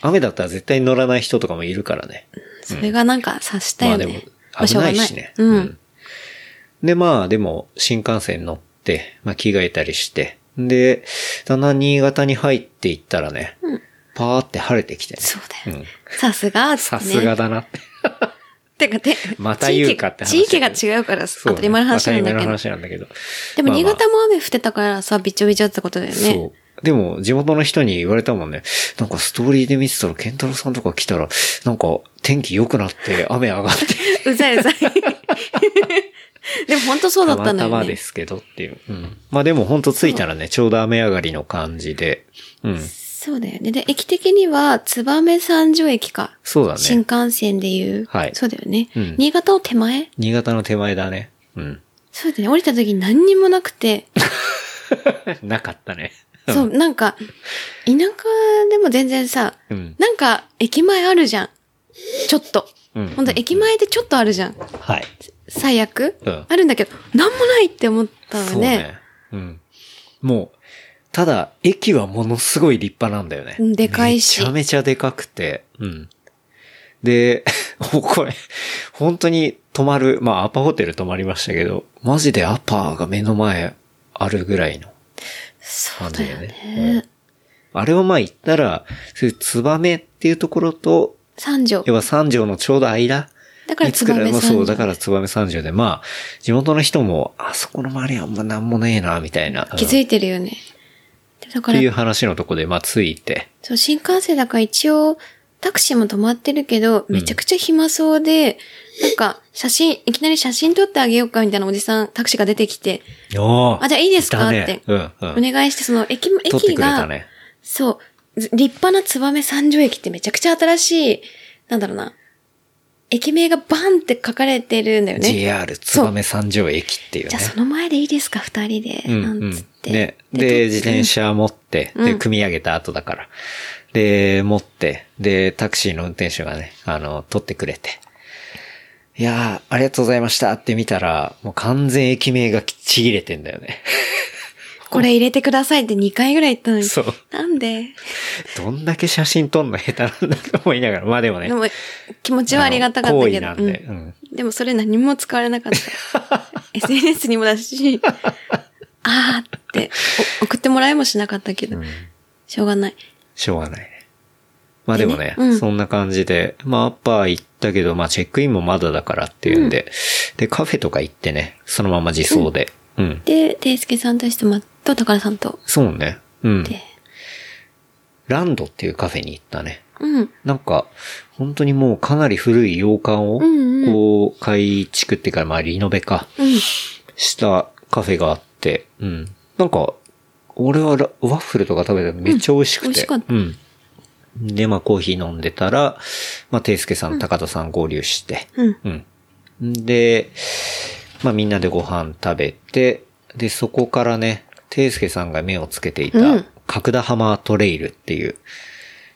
Speaker 2: 雨だったら絶対乗らない人とかもいるからね。
Speaker 1: それがなんか察したよね。
Speaker 2: まあでも、危ないしね。
Speaker 1: まあしょうがない
Speaker 2: うんで、まあ、でも、新幹線乗って、まあ、着替えたりして。で、だんだん新潟に入っていったらね、パーって晴れてきてね。
Speaker 1: そうだよ
Speaker 2: うん
Speaker 1: ね。さすが、ね。
Speaker 2: さすがだなって。
Speaker 1: てか、て、
Speaker 2: また言うかって話だ
Speaker 1: 地
Speaker 2: よね
Speaker 1: 域が違うから、
Speaker 2: そう
Speaker 1: 当たり前の話なん
Speaker 2: 当
Speaker 1: だ
Speaker 2: た
Speaker 1: け
Speaker 2: り前の
Speaker 1: ど。
Speaker 2: 話なんだけど。
Speaker 1: でも、
Speaker 2: まあ
Speaker 1: 新
Speaker 2: まあ
Speaker 1: 潟も雨降ってたからさ、びちょびちょってことだよね。
Speaker 2: そう。でも、地元の人に言われたもんね。なんかストーリーで見てたら、ケンタロウさんとか来たら、なんか天気良くなって、雨上がって、
Speaker 1: うざ いうざい。でも本当 そうだったん
Speaker 2: たまた
Speaker 1: だよ
Speaker 2: ま
Speaker 1: ね
Speaker 2: で。すけどっていう。うん。まあでも本当着いたらね、ちょうど雨上がりの感じで。うん。
Speaker 1: そうだよね。で、駅的には、燕三条駅か。
Speaker 2: そうだ
Speaker 1: 新
Speaker 2: ね。
Speaker 1: 幹線でいう。
Speaker 2: はい
Speaker 1: そうだよね。
Speaker 2: うん
Speaker 1: 新潟の手前
Speaker 2: 新潟の手前だね。うん。
Speaker 1: そうだね。降りた時に何にもなくて。
Speaker 2: なかったね。
Speaker 1: そう、なんか、田舎でも全然さ、
Speaker 2: うん。
Speaker 1: なんか、駅前あるじゃん。ちょっと。
Speaker 2: うん
Speaker 1: ほんと、駅前でちょっとあるじゃん。
Speaker 2: はい。
Speaker 1: 最悪、
Speaker 2: うん
Speaker 1: あるんだけど、なんもないって思った
Speaker 2: そ
Speaker 1: の
Speaker 2: う
Speaker 1: ね。
Speaker 2: ね。うん。もう、ただ、駅はものすごい立派なんだよね
Speaker 1: う。んでかいし
Speaker 2: めちゃめちゃでかくて。うん。で、 もうこれ、本当に泊まる、まあアパホテル泊まりましたけど、マジでアパが目の前あるぐらいの
Speaker 1: そ
Speaker 2: 感
Speaker 1: う
Speaker 2: じ
Speaker 1: だ
Speaker 2: だよね。
Speaker 1: よね。
Speaker 2: うんあれをまあ言ったら、そういうツバメっていうところと、
Speaker 1: 三条。
Speaker 2: 要は三条のちょうど間
Speaker 1: だから、
Speaker 2: い
Speaker 1: つ
Speaker 2: つく
Speaker 1: ば
Speaker 2: ら
Speaker 1: め
Speaker 2: い
Speaker 1: 三条。
Speaker 2: そう、だからつばめ三条で、まあ、地元の人も、あそこの周りはあんまなんもねえな、みたいな。
Speaker 1: 気づいてるよね。だ
Speaker 2: うん
Speaker 1: か
Speaker 2: って
Speaker 1: ら
Speaker 2: いう、話のとこで、まあ、ついて。
Speaker 1: そう、新幹線だから一応、タクシーも止まってるけど、めちゃくちゃ暇そうで、なんか、写真、いきなり写真撮ってあげようかみたいなおじさん、タクシーが出てきて、
Speaker 2: おー
Speaker 1: あ、じゃあいいですか、
Speaker 2: だ
Speaker 1: っ
Speaker 2: ね
Speaker 1: て、
Speaker 2: うん、う
Speaker 1: お
Speaker 2: ん。
Speaker 1: 願いして、その、駅も、
Speaker 2: 取って
Speaker 1: 駅
Speaker 2: くれた
Speaker 1: が、
Speaker 2: ね。
Speaker 1: そう、ず立派な燕三条駅ってめちゃくちゃ新しい、なんだろうな、駅名がバンって書かれてるんだよね。
Speaker 2: JR つばめ三条駅っていう
Speaker 1: じ
Speaker 2: ね
Speaker 1: ゃあ。その前でいいですか、二人で、
Speaker 2: うん
Speaker 1: なん
Speaker 2: う
Speaker 1: つっ
Speaker 2: ん。
Speaker 1: て。
Speaker 2: で、で、自転車持って、
Speaker 1: う
Speaker 2: で、
Speaker 1: ん
Speaker 2: 組み上げた後だから。で、持って、で、タクシーの運転手がね、あの、取ってくれて。いやー、ありがとうございましたって見たら、もう完全駅名がちぎれてんだよね。
Speaker 1: これ入れてくださいって2回ぐらい言ったのに。
Speaker 2: そう。
Speaker 1: なんで
Speaker 2: どんだけ写真撮んの下手なんだと思いながら、まあでもね
Speaker 1: で。も、気持ちはありがたかったけど。
Speaker 2: あの行為なんで
Speaker 1: う
Speaker 2: うん
Speaker 1: でもそれ何も使われなかった。SNS にもだし、 あーってお送ってもらえもしなかったけど、しょうがない。
Speaker 2: しょうがないね。まあでもね
Speaker 1: でね、うん
Speaker 2: そんな感じで、まあアッパー行ったけど、まあチェックインもまだだからっていうんで、で、カフェとか行ってね、そのまま自走で、うん。
Speaker 1: で、ていすけさんとしてまと宝さんと。
Speaker 2: そうね。うん。
Speaker 1: で、
Speaker 2: ランドっていうカフェに行ったね。
Speaker 1: うん。
Speaker 2: なんか、本当にもうかなり古い洋館を、
Speaker 1: うんうん
Speaker 2: こう、改築っていうか、まあ、リノベか、
Speaker 1: うん。
Speaker 2: したカフェがあって、うん。なんか、俺はラワッフルとか食べたらめっちゃ美味しくて。
Speaker 1: うん美味しかった
Speaker 2: うん。で、まあ、コーヒー飲んでたら、まあ、ていすけさん、高田さん合流して、
Speaker 1: うん。
Speaker 2: うん。で、まあみんなでご飯食べて、で、そこからね、ていすけさんが目をつけていた
Speaker 1: うん、
Speaker 2: 角田浜トレイルっていう、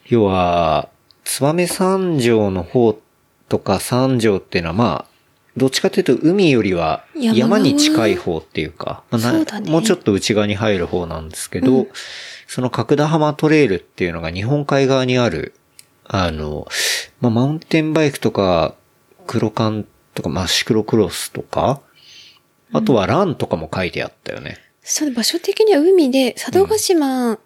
Speaker 2: 要は、燕三条の方とか三条っていうのはまあ、どっちかというと海よりは
Speaker 1: 山
Speaker 2: 山に近い方っていうか、まあな
Speaker 1: そうだね
Speaker 2: もうちょっと内側に入る方なんですけど、その角田浜トレイルっていうのが日本海側にある、あの、まあ、マウンテンバイクとか、黒缶とか、まあ、シクロクロスとか、あとはランとかも書いてあったよね。
Speaker 1: そう、場所的には海で、佐渡島が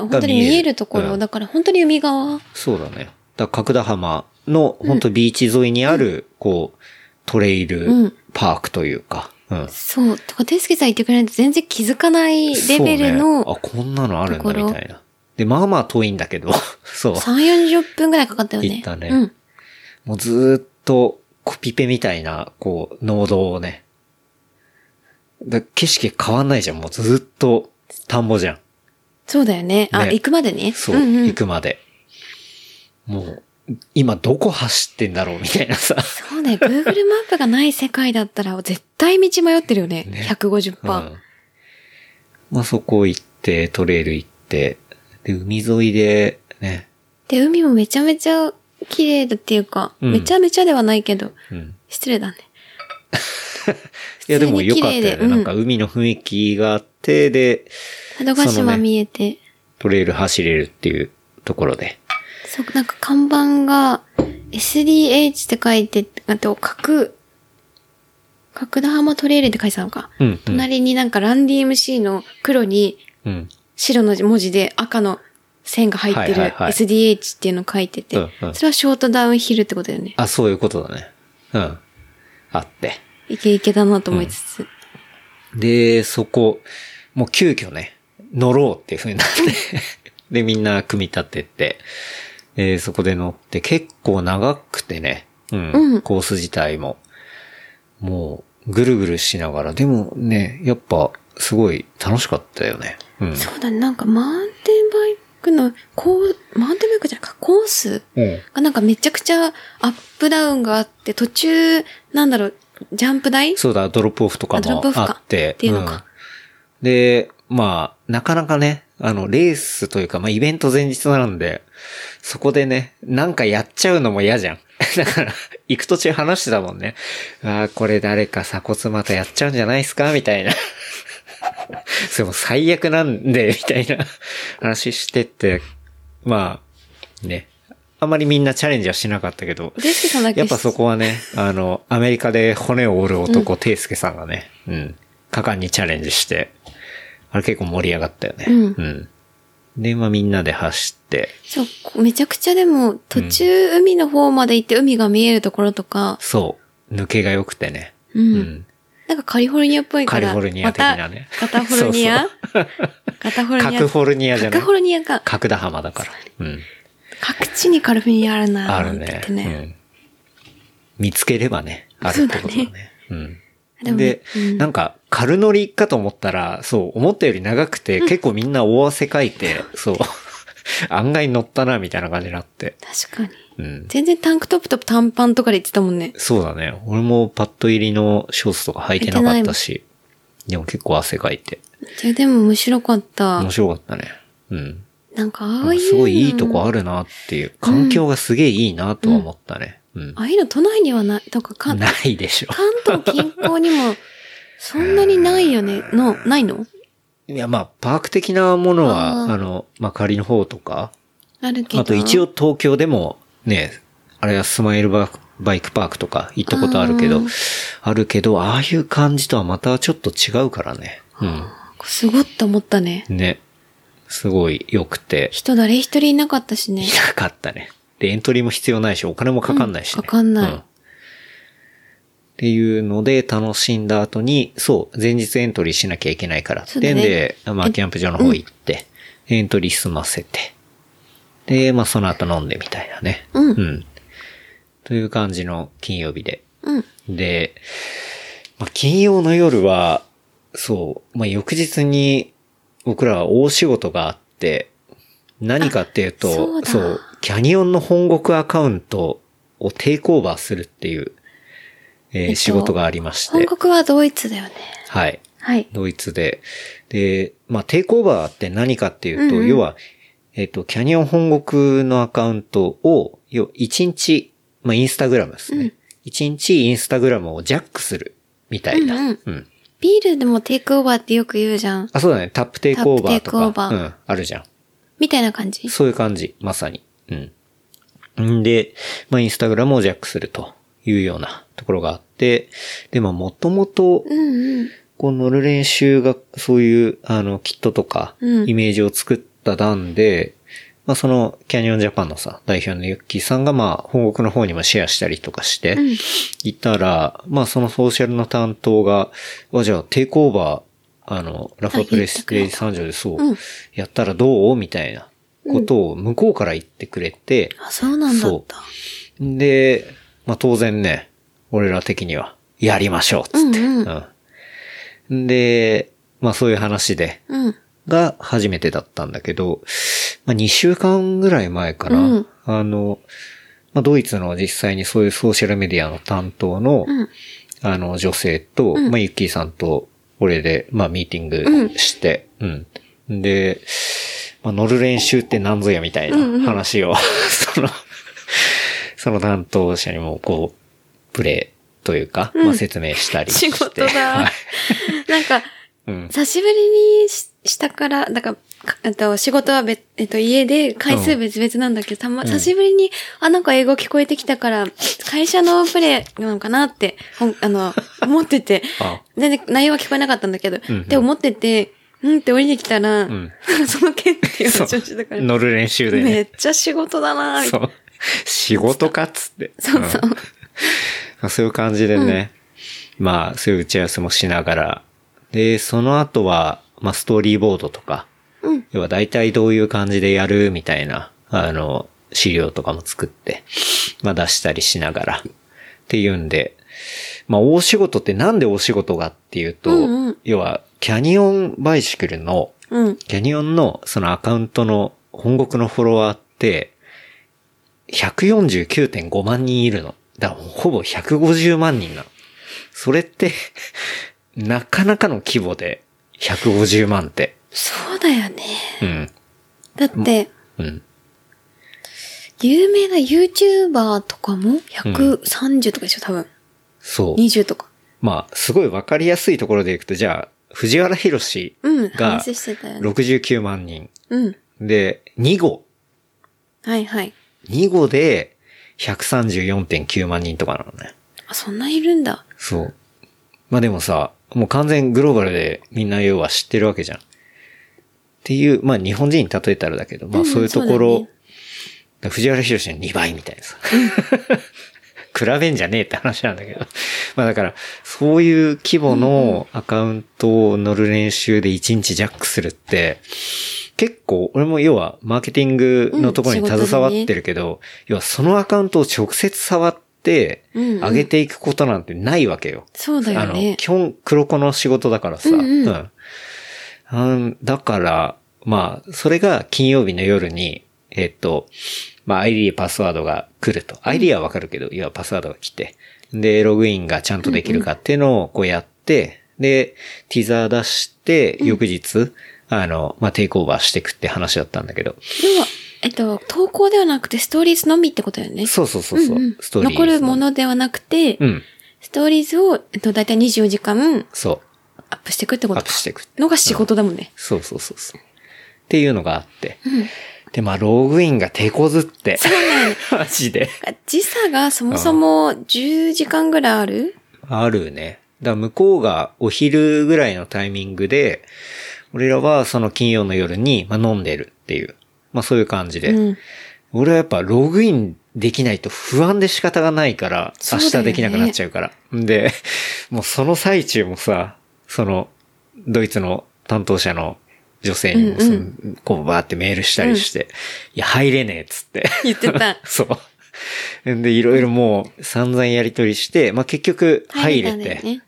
Speaker 1: 本当に見えるところ、
Speaker 2: うん
Speaker 1: だから本当に海側。
Speaker 2: そうだね。だから角田浜の、本当ビーチ沿いにある、こう、トレイ
Speaker 1: う
Speaker 2: ル
Speaker 1: ん
Speaker 2: パークというか、うん。
Speaker 1: そう。とか、ていすけさん言ってくれないと全然気づかないレベル
Speaker 2: そうね
Speaker 1: の、
Speaker 2: あ、こんなのあるんだ
Speaker 1: ところ
Speaker 2: みたいな。で、まあまあ遠いんだけど、 そう。
Speaker 1: 3、40分くらいかかったよね。
Speaker 2: 行ったね
Speaker 1: うん。
Speaker 2: もうずーっとコピペみたいな、こう、濃度をね。だ景色変わんないじゃん。もうずーっと田んぼじゃん。
Speaker 1: そうだよね。あ、
Speaker 2: ね
Speaker 1: 行くまでね。
Speaker 2: そう、
Speaker 1: んん
Speaker 2: 行くまで。もう、今どこ走ってんだろうみたいなさ。
Speaker 1: そうね。Google マップがない世界だったら、絶対道迷ってるよね。
Speaker 2: ね
Speaker 1: 150%。
Speaker 2: うんまあそこ行って、トレイル行って、で、海沿いで、ね、
Speaker 1: で、海もめちゃめちゃ綺麗だっていうか、
Speaker 2: うん
Speaker 1: めちゃめちゃではないけど、
Speaker 2: うん。
Speaker 1: 失礼だね。
Speaker 2: いやでも良かった
Speaker 1: 綺麗
Speaker 2: よね。
Speaker 1: でうん
Speaker 2: なんか海の雰囲気があって、で、
Speaker 1: 佐渡島見えて、
Speaker 2: トレイル走れるっていうところで。
Speaker 1: そう、なんか看板が、SDH って書いて、あと、角、角田浜トレイルって書いてたのか。
Speaker 2: うん、うん。
Speaker 1: 隣になんかランディ MC の黒に
Speaker 2: うん。
Speaker 1: 白の文字で赤の線が入って
Speaker 2: はいはい
Speaker 1: る
Speaker 2: はい
Speaker 1: SDH っていうの書いてて、
Speaker 2: うんうん
Speaker 1: それはショートダウンヒルってことだよね。
Speaker 2: あ、そういうことだね。うん。あって。
Speaker 1: いけいけだなと思いつつ。
Speaker 2: で、そこ、もう急遽ね、乗ろうっていう風になって、 で、みんな組み立てて、えーそこで乗って、結構長くてね、うん、
Speaker 1: うん
Speaker 2: コース自体も、もう、ぐるぐるしながら、でもね、やっぱ、すごい楽しかったよね。うん。
Speaker 1: そうだね、なんかマウンテンバイクの、こう、マウンテンバイクじゃなくてコース
Speaker 2: うん。
Speaker 1: がなんかめちゃくちゃアップダウンがあって、途中、なんだろう、ジャンプ台
Speaker 2: そうだ、ドロップオフとか
Speaker 1: あドロッ
Speaker 2: も
Speaker 1: プオフか
Speaker 2: あって。
Speaker 1: っていうのか
Speaker 2: んで、まあ、なかなかね、あの、レースというか、まあ、イベント前日なんで、そこでね、なんかやっちゃうのも嫌じゃん。 だから、行く途中話してたもんね。ああ、これ誰か鎖骨またやっちゃうんじゃないですかみたいな。 それも最悪なんで、みたいな話してて、まあ、ね。あまりみんなチャレンジはしなかったけど、
Speaker 1: デスケさんだけ
Speaker 2: やっぱそこはね、あの、アメリカで骨を折る男、テイスケさんがね、うん、果敢にチャレンジして、あれ結構盛り上がったよね。
Speaker 1: うん
Speaker 2: で、まあみんなで走って、
Speaker 1: そう、こうめちゃくちゃでも、途中海の方まで行って海が見えるところとか、
Speaker 2: そう、抜けが良くてね。
Speaker 1: うん。
Speaker 2: うん。
Speaker 1: なんかカリフォルニアっぽいから。
Speaker 2: カリフォルニア的なね
Speaker 1: またカタフォルニアカタフォルニア。
Speaker 2: カクフォルニアじゃない
Speaker 1: カクフォルニアか。
Speaker 2: 角田浜だから。うん。
Speaker 1: 各地にカリフォルニアあるな
Speaker 2: あ
Speaker 1: な
Speaker 2: る
Speaker 1: んて言
Speaker 2: ね
Speaker 1: っ。て
Speaker 2: う
Speaker 1: ね。
Speaker 2: ん。見つければね、あるってことだ
Speaker 1: そうだ
Speaker 2: ね。うん。
Speaker 1: でも
Speaker 2: で、
Speaker 1: うん
Speaker 2: なんか、軽乗りかと思ったら、そう、思ったより長くて、結構みんな大汗かいて、そう、 案外乗ったな、みたいな感じになって。
Speaker 1: 確かに。
Speaker 2: うん。
Speaker 1: 全然タンクトップと短パンとかで言ってたもんね。
Speaker 2: そうだね。俺もパッド入りのショーツとか履いてなかったし、でも結構汗かいて、
Speaker 1: いやでも面白かった
Speaker 2: 面。白かったね。うん。
Speaker 1: なんかあ
Speaker 2: な
Speaker 1: あ
Speaker 2: ん
Speaker 1: いう
Speaker 2: か
Speaker 1: の。
Speaker 2: すごいいいとこあるなっていう、環境がすげえいいなとは思ったね。うん。
Speaker 1: ああいうの都内にはない、とか、か関
Speaker 2: ないでしょ。
Speaker 1: 東近郊にも、そんなにないよね。の、ないの
Speaker 2: いや、まあ、パーク的なものは、
Speaker 1: あー
Speaker 2: あの、まあ、仮の方とか、
Speaker 1: あるけど。
Speaker 2: あと一応東京でもね、あれはスマイルバイクパークとか行ったことあるけど、
Speaker 1: あ
Speaker 2: あるけど、ああいう感じとはまたちょっと違うからね。
Speaker 1: すごっと思ったね。
Speaker 2: うん。ね。すごい良くて、
Speaker 1: 人誰一人いなかったしね
Speaker 2: い。なかったね。で、エントリーも必要ないし、お金もかかんないし、ね
Speaker 1: うんかかんない
Speaker 2: うんっていうので楽しんだ後に、そう、前日エントリーしなきゃいけないからってん
Speaker 1: そうだ
Speaker 2: で
Speaker 1: ね、
Speaker 2: まあ、キャンプ場の方行って、エントリー済ませて、で、まあ、その後飲んでみたいなね。
Speaker 1: うん
Speaker 2: うん。という感じの金曜日で。
Speaker 1: うん。
Speaker 2: で、まあ、金曜の夜は、そう、まあ、翌日に僕らは大仕事があって、何かっていう
Speaker 1: あそ
Speaker 2: と
Speaker 1: う、だ
Speaker 2: そう、キャニオンの本国アカウントをテイクオーバーするっていう、えー
Speaker 1: えっと
Speaker 2: 仕事がありまし
Speaker 1: 本
Speaker 2: て、
Speaker 1: 国はドイツだよね。
Speaker 2: はい。
Speaker 1: はい。
Speaker 2: ドイツで。で、まあ、テイクオーバーって何かっていうと、
Speaker 1: うんうん
Speaker 2: 要は、えっ、と、キャニオン本国のアカウントを、要は1日、まあ、インスタグラムですね。一1日インスタグラムをジャックするみたいな。
Speaker 1: うんうん
Speaker 2: うん
Speaker 1: ビールでもテイクオーバーってよく言うじゃん。
Speaker 2: あ、そうだね。タップテイクオーバーとか。
Speaker 1: タップテイクオーバ
Speaker 2: う
Speaker 1: ー
Speaker 2: ん。あるじゃん。
Speaker 1: みたいな感じ。
Speaker 2: そういう感じ、まさに。うん。んで、まあ、インスタグラムをジャックするというようなところがあって、で、まあ、もともと、
Speaker 1: うんうん。
Speaker 2: こう乗る練習が、そういう、あの、キットとか、
Speaker 1: うん
Speaker 2: イメージを作った段で、まあ、その、キャニオンジャパンのさ、代表のユッキーさんが、まあ、本国の方にもシェアしたりとかして、
Speaker 1: うん
Speaker 2: いたら、まあ、そのソーシャルの担当が、あじゃあ、テイクオーバー、あの、ラファプレス
Speaker 1: あ言
Speaker 2: レ
Speaker 1: っ
Speaker 2: イ
Speaker 1: てくれた
Speaker 2: 三条でそう、
Speaker 1: うん
Speaker 2: やったらどうみたいなことを向こうから言ってくれて、
Speaker 1: あ、そうなんだ
Speaker 2: そ
Speaker 1: った。
Speaker 2: で、まあ当然ね、俺ら的には、やりましょうっつって。
Speaker 1: うんうん
Speaker 2: うんで、まあそういう話で、
Speaker 1: うん。
Speaker 2: が初めてだったんだけど、まあ2週間ぐらい前かな、
Speaker 1: うん
Speaker 2: あの、まあドイツの実際にそういうソーシャルメディアの担当の、
Speaker 1: うん。
Speaker 2: あの、女性と、まあ、ユッキーさんと、俺で、まあ、ミーティングして、うん。で、まあ、乗る練習って何ぞやみたいな話を、 その、その担当者にも、こう、プレイというか、まあ、説明したりして。
Speaker 1: 仕事だ
Speaker 2: はい。
Speaker 1: なんか、
Speaker 2: うん。
Speaker 1: 久しぶりにししたから、だから、かえっと、仕事は別、えっと、家で回数別々なんだけど、たま、久しぶりに、あ、なんか英語聞こえてきたから、会社のプレイなのかなって、ほんあの、思っ てて、
Speaker 2: あ
Speaker 1: 全然内容は聞こえなかったんだけど、
Speaker 2: うんうん
Speaker 1: って思ってて、うんって降りてきたら、
Speaker 2: ん
Speaker 1: その件っていう
Speaker 2: そう
Speaker 1: 調子だから、
Speaker 2: 乗る練習で
Speaker 1: め
Speaker 2: ね。
Speaker 1: っちゃ仕事だなぁみ
Speaker 2: そ
Speaker 1: たいな
Speaker 2: う。仕事かっつって。
Speaker 1: そうそう。
Speaker 2: んまあそういう感じでね、まあ、そういう打ち合わせもしながら、で、その後は、まあ、ストーリーボードとか、
Speaker 1: うん
Speaker 2: 要は大体どういう感じでやるみたいな、あの、資料とかも作って、まあ、出したりしながら、っていうんで、まあ、大仕事ってなんで大仕事がっていうと、
Speaker 1: うんうん
Speaker 2: 要は、キャニオンバイシクルの、
Speaker 1: うん。
Speaker 2: キャニオンのそのアカウントの本国のフォロワーって、149.5万人いるの。だからほぼ150万人なの。それって、 なかなかの規模で、150万って。
Speaker 1: そうだよね。
Speaker 2: うん。
Speaker 1: だって、
Speaker 2: うん。
Speaker 1: 有名な YouTuber とかも130とかでしょ、多分。
Speaker 2: そう。
Speaker 1: 20とか。
Speaker 2: まあ、すごいわかりやすいところでいくと、じゃあ、藤原博士
Speaker 1: うん、
Speaker 2: が
Speaker 1: 話してたよね。
Speaker 2: 69万人。
Speaker 1: うん。
Speaker 2: で、2号。
Speaker 1: はいはい。
Speaker 2: 2号で134.9万人とかなのね。
Speaker 1: あ、そんないるんだ。
Speaker 2: そう。まあでもさ、もう完全グローバルでみんな要は知ってるわけじゃん。っていう、まあ日本人に例えたらだけど、ま
Speaker 1: う
Speaker 2: あ
Speaker 1: ん
Speaker 2: そういうとこ
Speaker 1: そう
Speaker 2: ろ、
Speaker 1: だね
Speaker 2: 藤原博士の2倍みたいなさ。 比べんじゃねえって話なんだけど。まあだから、そういう規模のアカウントを乗る練習で1日ジャックするって、結構、俺も要はマーケティングのところに
Speaker 1: うん仕事だね
Speaker 2: 携わってるけど、要はそのアカウントを直接触って、
Speaker 1: うんうん
Speaker 2: 上げていくことなんてないわけよ。
Speaker 1: そうだ
Speaker 2: あ
Speaker 1: よ
Speaker 2: の、
Speaker 1: ね。
Speaker 2: 基本黒子の仕事だからさ。
Speaker 1: うんうん
Speaker 2: うんだから、まあ、それが金曜日の夜に、えっと、まあ、ID、パスワードが来ると。ID はわかるけど、要はパスワードが来て。で、ログインがちゃんとできるかっていうのをこうやって、で、ティザー出して、翌日、あの、まあ、テイクオーバーしていくって話だったんだけど。
Speaker 1: 要は、えっと、投稿ではなくてストーリーズのみってことだよね。
Speaker 2: そうそうそうそう。
Speaker 1: んん
Speaker 2: ストーリーズ
Speaker 1: 残るも。のではなくて、
Speaker 2: うん。
Speaker 1: ストーリーズを、えっと、だいたい24時間
Speaker 2: そ
Speaker 1: アップしていくって
Speaker 2: う。
Speaker 1: こ
Speaker 2: ア
Speaker 1: と
Speaker 2: ップしていく。
Speaker 1: のが仕事だもんね。
Speaker 2: そうそうそうそう。っていうのがあって。で、まあ、ログインが手こずって。そうね。 マジで。
Speaker 1: 時差がそもそも10時間ぐらいある
Speaker 2: あるね。だから向こうがお昼ぐらいのタイミングで、俺らはその金曜の夜に、まあ、飲んでるっていう。まあ、そういう感じで。
Speaker 1: うん。
Speaker 2: 俺はやっぱログインできないと不安で仕方がないから、
Speaker 1: そ
Speaker 2: 明
Speaker 1: うだよね
Speaker 2: 日できなくなっちゃうから。で、もうその最中もさ、その、ドイツの担当者の女性にもその、
Speaker 1: う
Speaker 2: こうバーってメールしたりして、いや、入れねえっつって。
Speaker 1: 言ってた
Speaker 2: そう。で、いろいろもう散々やりとりして、まあ、結局入れ
Speaker 1: たんだ
Speaker 2: て、
Speaker 1: よね。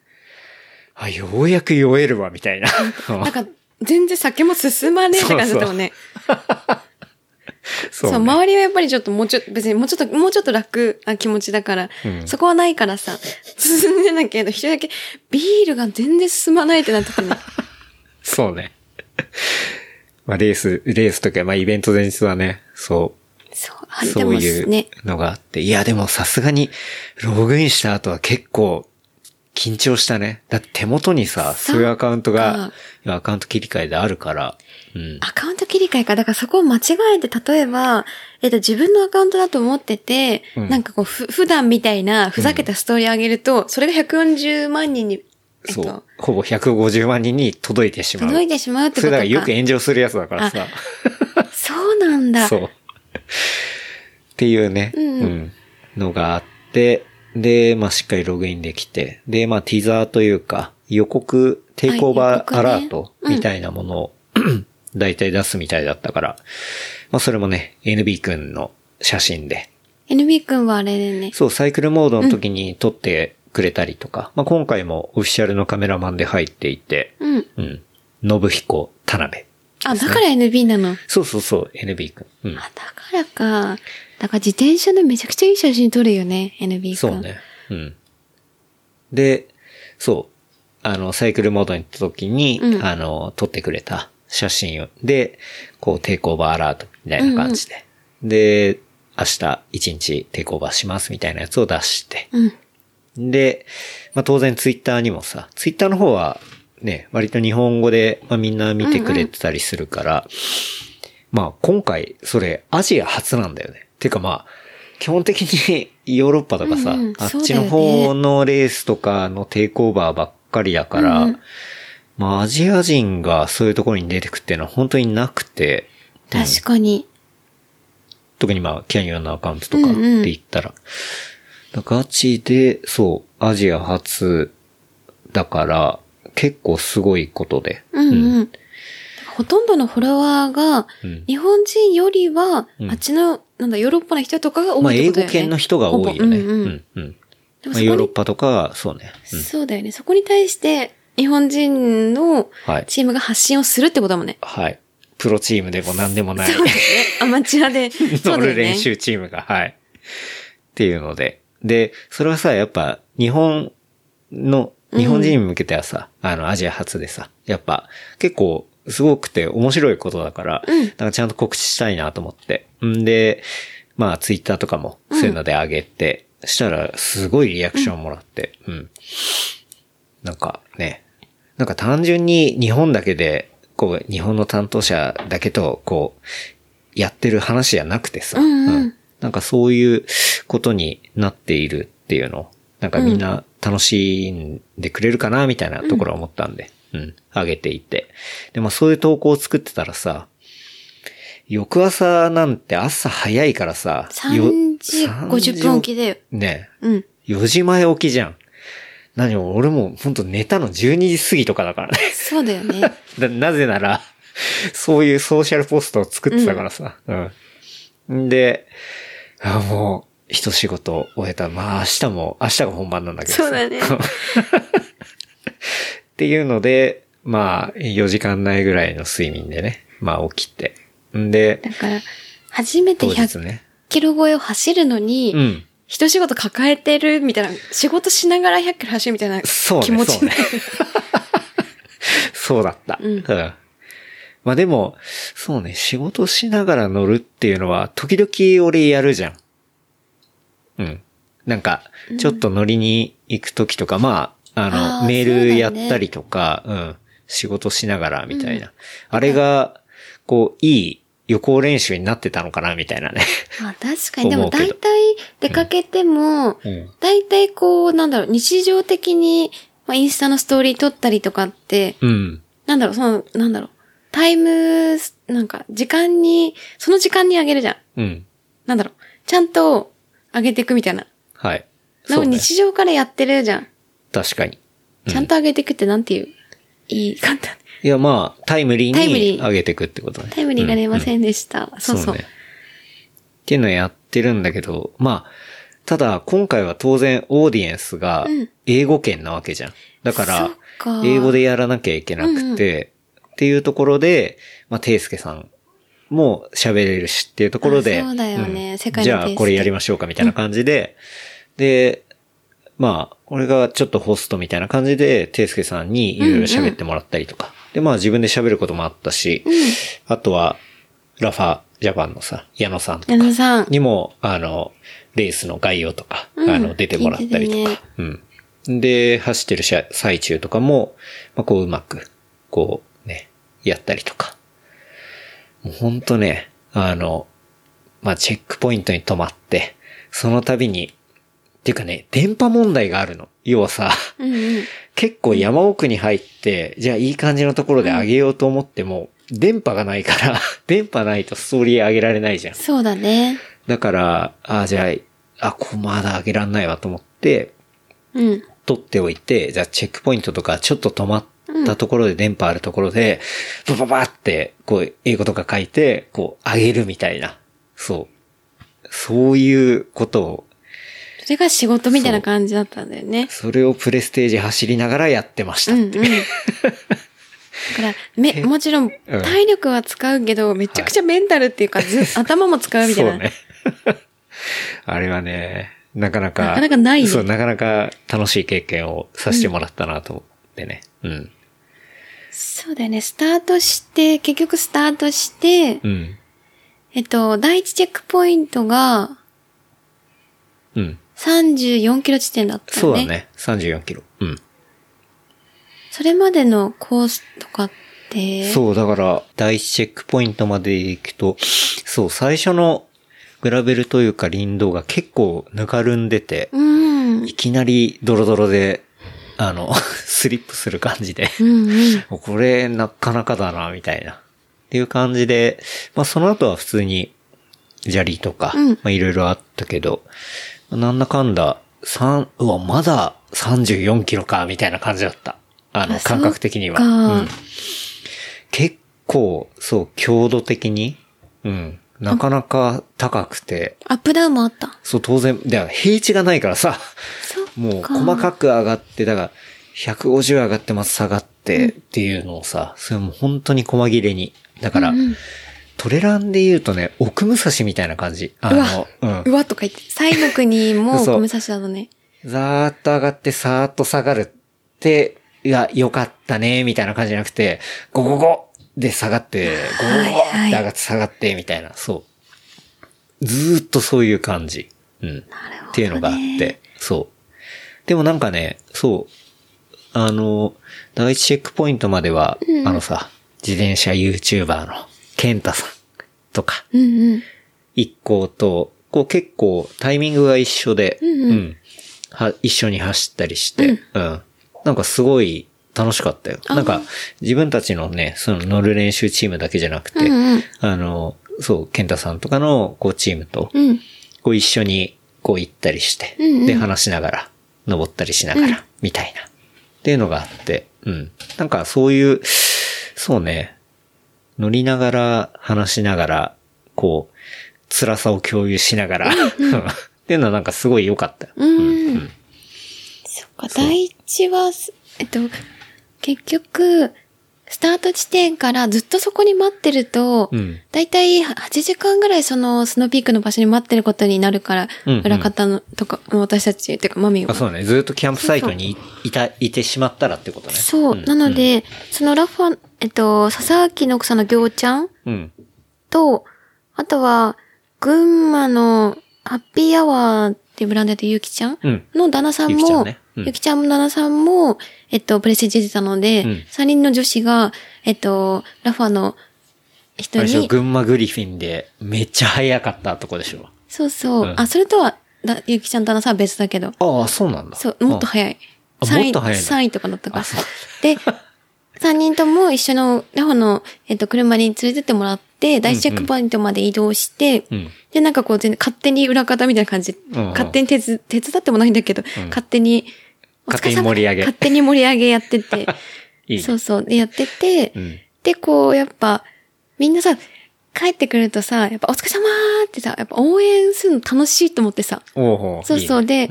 Speaker 2: あ、ようやく酔えるわ、み たいな。
Speaker 1: なんか、全然酒も進まねえって感じだったもん ね。そう
Speaker 2: ね
Speaker 1: 周りはやっぱりちょっともうちょっと、別にもうちょっと、もうちょっと楽な気持ちだから、
Speaker 2: うん
Speaker 1: そこはないからさ、 進んでないけど、一人だけビールが全然進まないってなった 時に、
Speaker 2: そうね。 まあ、レース、レースとか、まあ、イベント前日はね、そ
Speaker 1: そう、
Speaker 2: う、
Speaker 1: あで
Speaker 2: そ
Speaker 1: も
Speaker 2: ういう
Speaker 1: ね、
Speaker 2: のがあって。いや、でもさすがに、ログインした後は結構、緊張したね。だって手元にさ、
Speaker 1: そっか
Speaker 2: そういうアカウントが、アカウント切り替えであるから、うん。
Speaker 1: アカウント切り替えか。だからそこを間違えて、例えば、えっ、と、自分のアカウントだと思ってて、
Speaker 2: うん
Speaker 1: なんかこう、ふ、普段みたいな、ふざけたストーリー上げると、それが140万人に、えっ
Speaker 2: そ
Speaker 1: と
Speaker 2: う、。ほぼ150万人に届いてしまう。
Speaker 1: 届いてしまうって
Speaker 2: そ
Speaker 1: こ
Speaker 2: れだ
Speaker 1: とか。
Speaker 2: からよく炎上するやつだからさ。
Speaker 1: そうなんだ。
Speaker 2: そう。っていうね、
Speaker 1: うんうん
Speaker 2: のがあって、で、まあ、しっかりログインできて、で、まあ、ティザーというか、予告、テイクオー
Speaker 1: は
Speaker 2: バ
Speaker 1: い予
Speaker 2: ー
Speaker 1: 告ね
Speaker 2: アラートみたいなものを、 だいたい出すみたいだったから、まあ、それもね、NB 君の写真で、
Speaker 1: NB 君はあれでね、
Speaker 2: そう、サイクルモードの時に撮ってくれたりとか、まあ、今回もオフィシャルのカメラマンで入っていて、
Speaker 1: うん。
Speaker 2: うん、信彦田辺。
Speaker 1: あ、だから NB なの。
Speaker 2: そうそうそう、NB 君。うん
Speaker 1: あ、。だからか。だから自転車でめちゃくちゃいい写真撮るよね、NB 君。
Speaker 2: そう。ね。うん。で、そう。あの、サイクルモードに行った時に、
Speaker 1: うん
Speaker 2: あの、撮ってくれた写真を、で、こう、テイクオーバーアラートみたいな感じで。で、明日一日テイクオーバーしますみたいなやつを出して。
Speaker 1: うん。
Speaker 2: で、まあ、当然ツイッターにもさ、ツイッターの方はね、割と日本語で、まあ、みんな見てくれてたりするから、まあ今回それアジア初なんだよね。てかまあ、基本的に ヨーロッパとかさ、
Speaker 1: うんうん
Speaker 2: あっ
Speaker 1: そう
Speaker 2: ち
Speaker 1: だよ
Speaker 2: の
Speaker 1: ね
Speaker 2: 方のレースとかのテイクオーバーばっかりだから、
Speaker 1: うんうん
Speaker 2: まあアジア人がそういうところに出てくっていうのは本当になくて、うん
Speaker 1: 確かに。
Speaker 2: 特にまあ、キャニオンのアカウントとかっ
Speaker 1: うんうん
Speaker 2: て言ったら。だからガチで、そう、アジア初だから、結構すごいことで。
Speaker 1: うんうん。
Speaker 2: うん。
Speaker 1: だからほとんどのフォロワーが、
Speaker 2: うん
Speaker 1: 日本人よりは、
Speaker 2: うん
Speaker 1: あっちの、なんだ、ヨーロッパの人とかが多
Speaker 2: まあ、
Speaker 1: いって
Speaker 2: 英
Speaker 1: ことだよね。
Speaker 2: 語圏の人が多いよね。
Speaker 1: ほぼうんうん。
Speaker 2: うん、うん。
Speaker 1: でも
Speaker 2: まあ、
Speaker 1: そ
Speaker 2: ヨー
Speaker 1: こ
Speaker 2: ロッ
Speaker 1: に、
Speaker 2: パとか、そうね。うん。
Speaker 1: そうだよね。そこに対して、日本人の
Speaker 2: はい。
Speaker 1: チームが発信をするってことだもんね。
Speaker 2: はい。プロチームでも何でもない。
Speaker 1: そうだよね。アマチュ アで。 そう
Speaker 2: 乗
Speaker 1: だよ
Speaker 2: る
Speaker 1: ね。
Speaker 2: 練習チームが、はい。っていうので。で、それはさ、やっぱ、日本の、日本人に向けてはさ、あの、アジア初でさ、やっぱ、結構、すごくて面白いことだから、
Speaker 1: うん
Speaker 2: なんかちゃんと告知したいなと思って。んで、まあ、ツイッターとかも、そういうので上げて、したら、すごいリアクションもらって、うん。なんかね、なんか単純に日本だけで、こう、日本の担当者だけと、こう、やってる話じゃなくてさ、
Speaker 1: うんうん
Speaker 2: なんかそういうことになっているっていうのを、なんかみんな楽しんでくれるかな、みたいなところは思ったんで、うん、あ、げていて。でもそういう投稿を作ってたらさ、翌朝なんて朝早いからさ、よ
Speaker 1: 3時50分起きだよ。
Speaker 2: ね
Speaker 1: うん。
Speaker 2: 4時前起きじゃん。何も俺も本当寝たの12時過ぎとかだからね。
Speaker 1: そうだよね。
Speaker 2: だなぜなら、そういうソーシャルポストを作ってたからさ。うん。ん、で、あもう、一仕事終えた。まあ明日も、明日が本番なんだけどさ。
Speaker 1: そ うだね
Speaker 2: っていうので、まあ、4時間ないぐらいの睡眠でね、まあ起きて。んで、
Speaker 1: だから、初めて
Speaker 2: 当
Speaker 1: 100
Speaker 2: 日ね。
Speaker 1: キロ超えを走るのに、
Speaker 2: うん。
Speaker 1: 一仕事抱えてるみたいな、仕事しながら100キロ走るみたいな
Speaker 2: そうね
Speaker 1: 気持ちになる。
Speaker 2: そうだった。
Speaker 1: うん
Speaker 2: まあでも、そうね、仕事しながら乗るっていうのは、時々俺やるじゃん。うん。なんか、ちょっと乗りに行くときとか、まあ、あの、
Speaker 1: あー
Speaker 2: メー
Speaker 1: そうだ
Speaker 2: ル
Speaker 1: ね
Speaker 2: やったりとか、うん。仕事しながらみたいな。あれが、こう、いい予行練習になってたのかな、みたいなね。
Speaker 1: まあ確かに、で
Speaker 2: 思
Speaker 1: も
Speaker 2: うけど
Speaker 1: 大体出かけても、
Speaker 2: うん。
Speaker 1: 大体こう、なんだろう、日常的に、まあインスタのストーリー撮ったりとかって、
Speaker 2: うん。
Speaker 1: なんだろう、その、なんだろう、タイム、なんか、時間に、その時間にあげるじゃん。
Speaker 2: うん。
Speaker 1: なんだろう、ちゃんと上げていくみたいな。
Speaker 2: はい。
Speaker 1: で
Speaker 2: そ
Speaker 1: も
Speaker 2: うね。
Speaker 1: 日常からやってるじゃん。
Speaker 2: 確かに。うん
Speaker 1: ちゃんと上げていくってなんていう、いい、簡単。
Speaker 2: いや、まあ、タイムリー
Speaker 1: タイムリ
Speaker 2: に
Speaker 1: ー
Speaker 2: 上げていくってことね。
Speaker 1: タイムリーが出ま
Speaker 2: うん
Speaker 1: せんでした。そうそう。
Speaker 2: ね。っていうのをやってるんだけど、まあ、ただ今回は当然オーディエンスが
Speaker 1: うん
Speaker 2: 英語圏なわけじゃん。だから
Speaker 1: そっか、
Speaker 2: 英語でやらなきゃいけなくて、っていうところで、まあ、ていすけさんも喋れるしっていうところで、
Speaker 1: あそうだよね
Speaker 2: ん
Speaker 1: 世界の
Speaker 2: じゃあ
Speaker 1: ていすけ
Speaker 2: これやりましょうかみたいな感じで、で、まあ、俺がちょっとホストみたいな感じで、ていすけさんにいろいろ喋ってもらったりとか。で、まあ自分で喋ることもあったし、あとは、ラファジャパンのさ、矢野さんと
Speaker 1: 矢
Speaker 2: か
Speaker 1: 野さん。
Speaker 2: にも、あの、レースの概要とか、
Speaker 1: うん
Speaker 2: あの、出てもらったりと
Speaker 1: 聞い
Speaker 2: か。うん。で、走ってる車最中とかも、まあ、こううまく、こうね、やったりとか。もうほんとね、あの、まあ、チェックポイントに止まって、その度に、っていうかね、電波問題があるの。要はさ、
Speaker 1: うんうん。
Speaker 2: 結構山奥に入って、じゃあいい感じのところで上げようと思っても、電波がないから、 電波ないとストーリー上げられないじゃん。
Speaker 1: そうだね。
Speaker 2: だから、あ、じゃあ、あ、こうまだ上げらんないわと思って、
Speaker 1: うん。
Speaker 2: 取っておいて、じゃあチェックポイントとかちょっと止まったところで電波あるところで、バババって、こう、英語とか書いて、こう、上げるみたいな。そう。そういうことを、
Speaker 1: それが仕事みたいな感じだったんだよね。
Speaker 2: それをプレステージ走りながらやってまし
Speaker 1: う
Speaker 2: た。
Speaker 1: んうん。だから、め、もちろん、
Speaker 2: うん
Speaker 1: 体力は使うけど、めちゃくちゃメンタルっていうか、ず、頭も使うみたい
Speaker 2: そう
Speaker 1: な。
Speaker 2: ね。 あれはね、なかなか、
Speaker 1: なかなかないね
Speaker 2: そう、なかなか楽しい経験をさせてもらったなと思ってね。うん。
Speaker 1: そうだよね。スタートして、結局スタートして、
Speaker 2: うん。
Speaker 1: えっと、第一チェックポイントが
Speaker 2: うん。
Speaker 1: 34キロ地点だった
Speaker 2: そ
Speaker 1: よ
Speaker 2: う
Speaker 1: ね。
Speaker 2: だ。ね。34キロ。うん。
Speaker 1: それまでのコースとかって、う。
Speaker 2: そう、だから、第一チェックポイントまで行くと、そう、最初のグラベルというか林道が結構ぬかるんでて、
Speaker 1: うん。うん
Speaker 2: いきなりドロドロで、あの、 スリップする感じで。
Speaker 1: うん。
Speaker 2: これ、なかなかだな、みたいな。っていう感じで、まあその後は普通に、砂利とか、
Speaker 1: うん
Speaker 2: まあいろいろあったけど、なんだかんだ、三、うわ、まだ34キロか、みたいな感じだった。あの、
Speaker 1: あ
Speaker 2: 感覚的には。
Speaker 1: そっか
Speaker 2: うん結構、そう、強度的に、うん、なかなか高くて、
Speaker 1: アップダウンもあった。
Speaker 2: そう、当然、だから平地がないからさ、
Speaker 1: そう。
Speaker 2: もう細かく上がって、だから、150上がってます、下がってっていうのをさ、それも本当に細切れに。だから、トレランで言うとね、奥武蔵みたいな感じ。あ
Speaker 1: う
Speaker 2: の
Speaker 1: わ、、
Speaker 2: うん
Speaker 1: う。わとか言って、西の国も
Speaker 2: そう
Speaker 1: 武蔵だとね。
Speaker 2: ざーっと上がって、さーっと下がるって、いや、よかったね、みたいな感じじゃなくて、ゴゴゴで下がって、ゴゴゴって上がって下がって、みたいな、そう。ずーっとそういう感じ。うん。っていうのがあって、そう。でもなんかね、そう。あの、第一チェックポイントまでは、あのさ、自転車 YouTuber のケンタさんとか、
Speaker 1: うんうん。
Speaker 2: 一行と、こう結構タイミングが一緒で、うん
Speaker 1: うん
Speaker 2: は一緒に走ったりして、うん、なんかすごい楽しかったよ。なんか自分たちのね、その乗る練習チームだけじゃなくて、
Speaker 1: うんうん
Speaker 2: あの、そう、健太さんとかのこうチームと、
Speaker 1: うん。
Speaker 2: こう一緒にこう行ったりして、
Speaker 1: うんうん
Speaker 2: で話しながら、登ったりしながら、みたいな、っていうのがあって、うん。なんかそういう、そうね、乗りながら、話しながら、こう、辛さを共有しながら、 っていうのはなんかすごい良かったよ。
Speaker 1: うん。そっか、第一はす、えっと、結局、スタート地点からずっとそこに待ってると、
Speaker 2: うん。
Speaker 1: だいたい8時間ぐらいそのスノーピークの場所に待ってることになるから、
Speaker 2: うんうん
Speaker 1: 裏方のとか、私たち、てかマミー
Speaker 2: あ
Speaker 1: は。
Speaker 2: そうね、ずっとキャンプサイトにいいた、いてしまったらってことね。
Speaker 1: そう。
Speaker 2: ん
Speaker 1: なの、で、そのラファ、えっと、笹崎の草の行ちゃん
Speaker 2: うん。
Speaker 1: と、あとは、群馬のハッピーアワーっていうブランドやってるゆきちゃん
Speaker 2: うん。
Speaker 1: の旦那さん
Speaker 2: ゆきちゃん
Speaker 1: も
Speaker 2: ね、うん
Speaker 1: ゆきちゃんの旦那さんも、えっと、プレステージ出てたので
Speaker 2: うん、
Speaker 1: 3人の女子が、えっと、ラファの
Speaker 2: あ
Speaker 1: 人
Speaker 2: れでしょ、
Speaker 1: に、
Speaker 2: 群馬グリフィンでめっちゃ早かったとこでしょ。、
Speaker 1: そうそううんあ、それとは、だゆきちゃんの旦那さんは別だけど、
Speaker 2: ああ、そうなんだ。
Speaker 1: そう、もっと早い。
Speaker 2: あ
Speaker 1: 3
Speaker 2: もっ
Speaker 1: 位、
Speaker 2: と早いんだ
Speaker 1: 3位とかだったから
Speaker 2: あそう。
Speaker 1: で、3人とも一緒の、ラファの、えっと、車に連れてってもらっって、第一チェックポイントまで移動して、
Speaker 2: うん。
Speaker 1: で、なんかこう全然勝手に裏方みたいな感じで、
Speaker 2: うん
Speaker 1: 勝手に手つ手伝ってもないんだけど、
Speaker 2: ん
Speaker 1: 勝手に、お疲
Speaker 2: 勝手
Speaker 1: れ
Speaker 2: に
Speaker 1: 様
Speaker 2: 盛り上げ
Speaker 1: 勝手に盛り上げやってて、
Speaker 2: いいね。
Speaker 1: そうそう、でやってて、
Speaker 2: うん。
Speaker 1: で、こう、やっぱ、みんなさ、帰ってくるとさ、やっぱお疲れ様ーってさ、やっぱ応援するの楽しいと思ってさ、
Speaker 2: おうほ
Speaker 1: そうそう
Speaker 2: いいね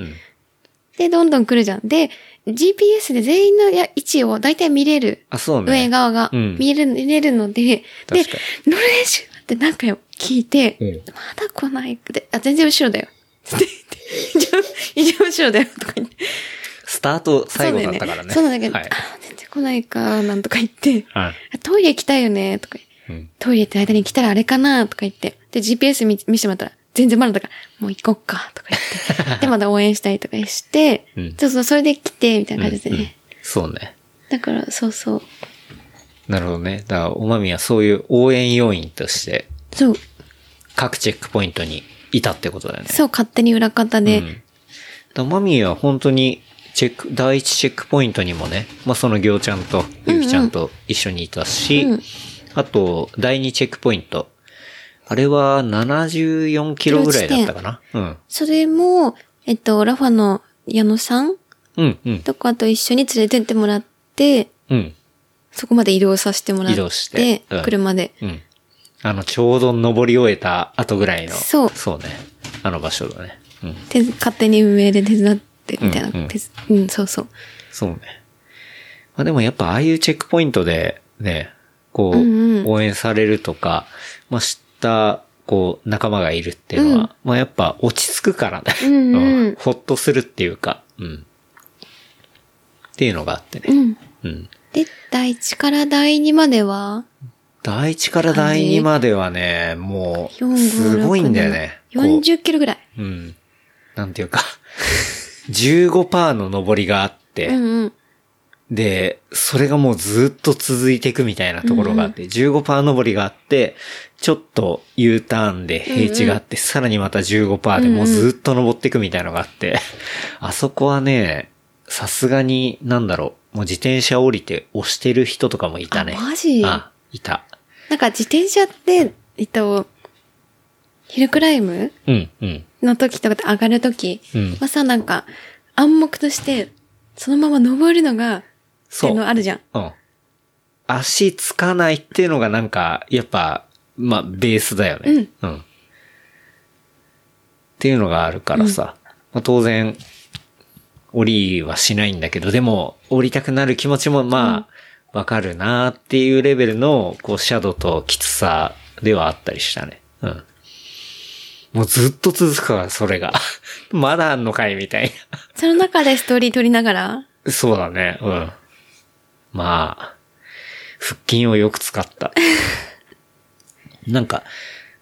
Speaker 1: で
Speaker 2: ん
Speaker 1: で、どんどん来るじゃん。で、GPS で全員のや位置を大体見れる。
Speaker 2: あ、そうね。
Speaker 1: 上側が
Speaker 2: うん
Speaker 1: 見れる,、見れるので、で
Speaker 2: 確か、
Speaker 1: 乗る練習ってなんかよ、聞いて、
Speaker 2: うん
Speaker 1: まだ来ないで、あ、全然後ろだよ。って言って以上、以上後ろだよ、とか言って。
Speaker 2: スタート最後だったからね。
Speaker 1: そうなんだけど、
Speaker 2: はい
Speaker 1: あ。、全然来ないか、なんとか言って、
Speaker 2: はい
Speaker 1: あトイレ行きたいよね、とか言って。
Speaker 2: うん。
Speaker 1: トイレって間に来たらあれかなとか言って。で、GPS 見見せてもらったら、全然まだだから、もう行こっかとか 言って。で、まだ応援したりとかして、
Speaker 2: うん
Speaker 1: そうそう、それで来て、みたいな感じでね。
Speaker 2: うんうんそうね。
Speaker 1: だから、そうそう。
Speaker 2: なるほどね。だから、おまみはそういう応援要員として、
Speaker 1: そう、
Speaker 2: 各チェックポイントにいたってことだよね。
Speaker 1: そう、勝手に裏方
Speaker 2: う
Speaker 1: で。
Speaker 2: ん。だからマミーは本当に、チェック、第一チェックポイントにもね、まあ、その行ちゃんと、ゆきちゃんと一緒にいたし、
Speaker 1: うん
Speaker 2: あと、第二チェックポイント。あれは74キロぐらいだったかな。うん。
Speaker 1: それも、えっと、ラファの矢野さん
Speaker 2: うん、うん、
Speaker 1: とかと一緒に連れてってもらって、
Speaker 2: うん、
Speaker 1: そこまで移動させてもらって、
Speaker 2: 移動してうん
Speaker 1: 車で。
Speaker 2: うん。あの、ちょうど登り終えた後ぐらいの。
Speaker 1: そう
Speaker 2: そうね。あの場所だね。うん。
Speaker 1: 手勝手に運営で手伝って、みたいな。
Speaker 2: うんうん
Speaker 1: 手伝うん、そうそう。
Speaker 2: そうね。まあでもやっぱああいうチェックポイントでね、こう、
Speaker 1: うんうん
Speaker 2: 応援されるとか、まあ知った、こう、仲間がいるっていうのは、
Speaker 1: うん
Speaker 2: まあやっぱ落ち着くからね。
Speaker 1: うんうん
Speaker 2: ほっとするっていうか、うん。っていうのがあって
Speaker 1: う
Speaker 2: ね。
Speaker 1: ん。
Speaker 2: うん。
Speaker 1: で、第1から第2までは、
Speaker 2: 第1から第2まではね、もう、すごいんだよね。こう
Speaker 1: 40キロぐらい。
Speaker 2: うん。なんていうか、15%の上りがあって、
Speaker 1: うんうん。
Speaker 2: で、それがもうずっと続いていくみたいなところがあって、15%上りがあって、ちょっと U ターンで平地があって、さらにまた15%でもうずっと登っていくみたいなのがあって、あそこはね、さすがに、なんだろう、もう自転車降りて押してる人とかもいたね。
Speaker 1: あマジ
Speaker 2: あ、いた。
Speaker 1: なんか自転車って、えっと、ヒルクライム
Speaker 2: うん、うん、
Speaker 1: の時とかって上がる時
Speaker 2: うん。
Speaker 1: はさ、なんか暗黙として、そのまま登るのが、って
Speaker 2: そう
Speaker 1: いうのあるじゃん。
Speaker 2: うん。足つかないっていうのがなんか、やっぱ、まあ、ベースだよね。うん。っていうのがあるからさ、まあ、当然、降りはしないんだけど、でも、降りたくなる気持ちも、まあ、わかるなっていうレベルの、こう、シャドウときつさではあったりしたね。うん。もうずっと続くから、それが。 まだあんのかいみたいな。
Speaker 1: その中でストーリー撮りながら、
Speaker 2: そうだね、うん。まあ、腹筋をよく使 った。なんか、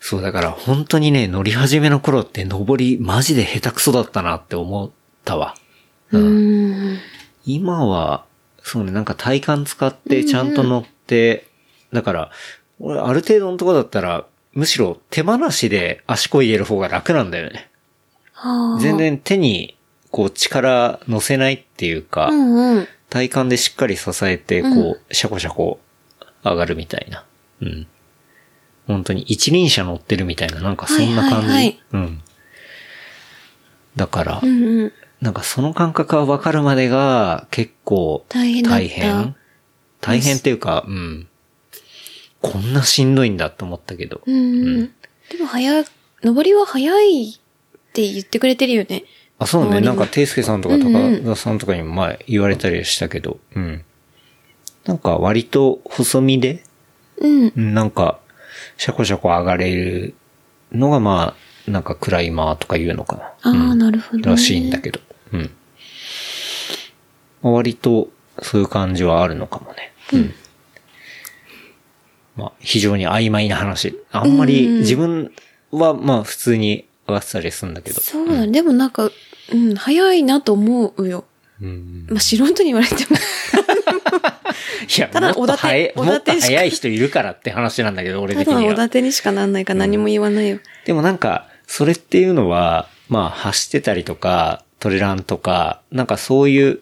Speaker 2: そうだから本当にね、乗り始めの頃って登りマジで下手くそだったなって思ったわ。
Speaker 1: うーん。
Speaker 2: 今は、そうね、なんか体幹使ってちゃんと乗って、だから、俺ある程度のとこだったら、むしろ手放しで足こ入れる方が楽なんだよね。
Speaker 1: はあ
Speaker 2: 全。然手にこう力乗せないっていうか、
Speaker 1: うんうん。
Speaker 2: 体幹でしっかり支えて、こう、シャコシャコ上がるみたいな。うん。本当に一輪車乗ってるみたいな、なんかそんな感じ。
Speaker 1: はいはいはい
Speaker 2: うん。だから、
Speaker 1: うんうん。
Speaker 2: なんかその感覚がわかるまでが結構
Speaker 1: 大変だった
Speaker 2: 大変。大変っていうか、うん。こんなしんどいんだと思ったけど。
Speaker 1: うんうん。でも早い、登りは早いって言ってくれてるよね。
Speaker 2: あ、そう
Speaker 1: 周
Speaker 2: ね。
Speaker 1: り
Speaker 2: な
Speaker 1: も
Speaker 2: んか、ていすけさんとか
Speaker 1: うん
Speaker 2: 高
Speaker 1: うん
Speaker 2: 田さんとかにも前言われたりしたけど、うん。なんか割と細身で、
Speaker 1: うん。
Speaker 2: うんなんか、シャコシャコ上がれるのが、まあ、なんかクライマーとかいうのか
Speaker 1: ああ、
Speaker 2: な。うん
Speaker 1: なるほど、ね。
Speaker 2: らしいんだけど。うん。まあ割と、そういう感じはあるのかもね。うん。まあ、非常に曖昧な話。あんまり、自分は、まあ、普通に上がってたりするんだけど。
Speaker 1: そうだね。でもなんか、うん、早いなと思うよ。
Speaker 2: うん。
Speaker 1: まあ、素人に言われても。
Speaker 2: いや、
Speaker 1: ただ
Speaker 2: もっと早いも
Speaker 1: おだて
Speaker 2: っと
Speaker 1: おだてしか
Speaker 2: 早い人いるからって話なんだけど、 俺
Speaker 1: た
Speaker 2: 的
Speaker 1: だ
Speaker 2: に
Speaker 1: お
Speaker 2: は
Speaker 1: だ。てにしかなんないから何も言わないよ。
Speaker 2: でもなんか、それっていうのは、まあ、走ってたりとか、トレランとか、なんかそういう、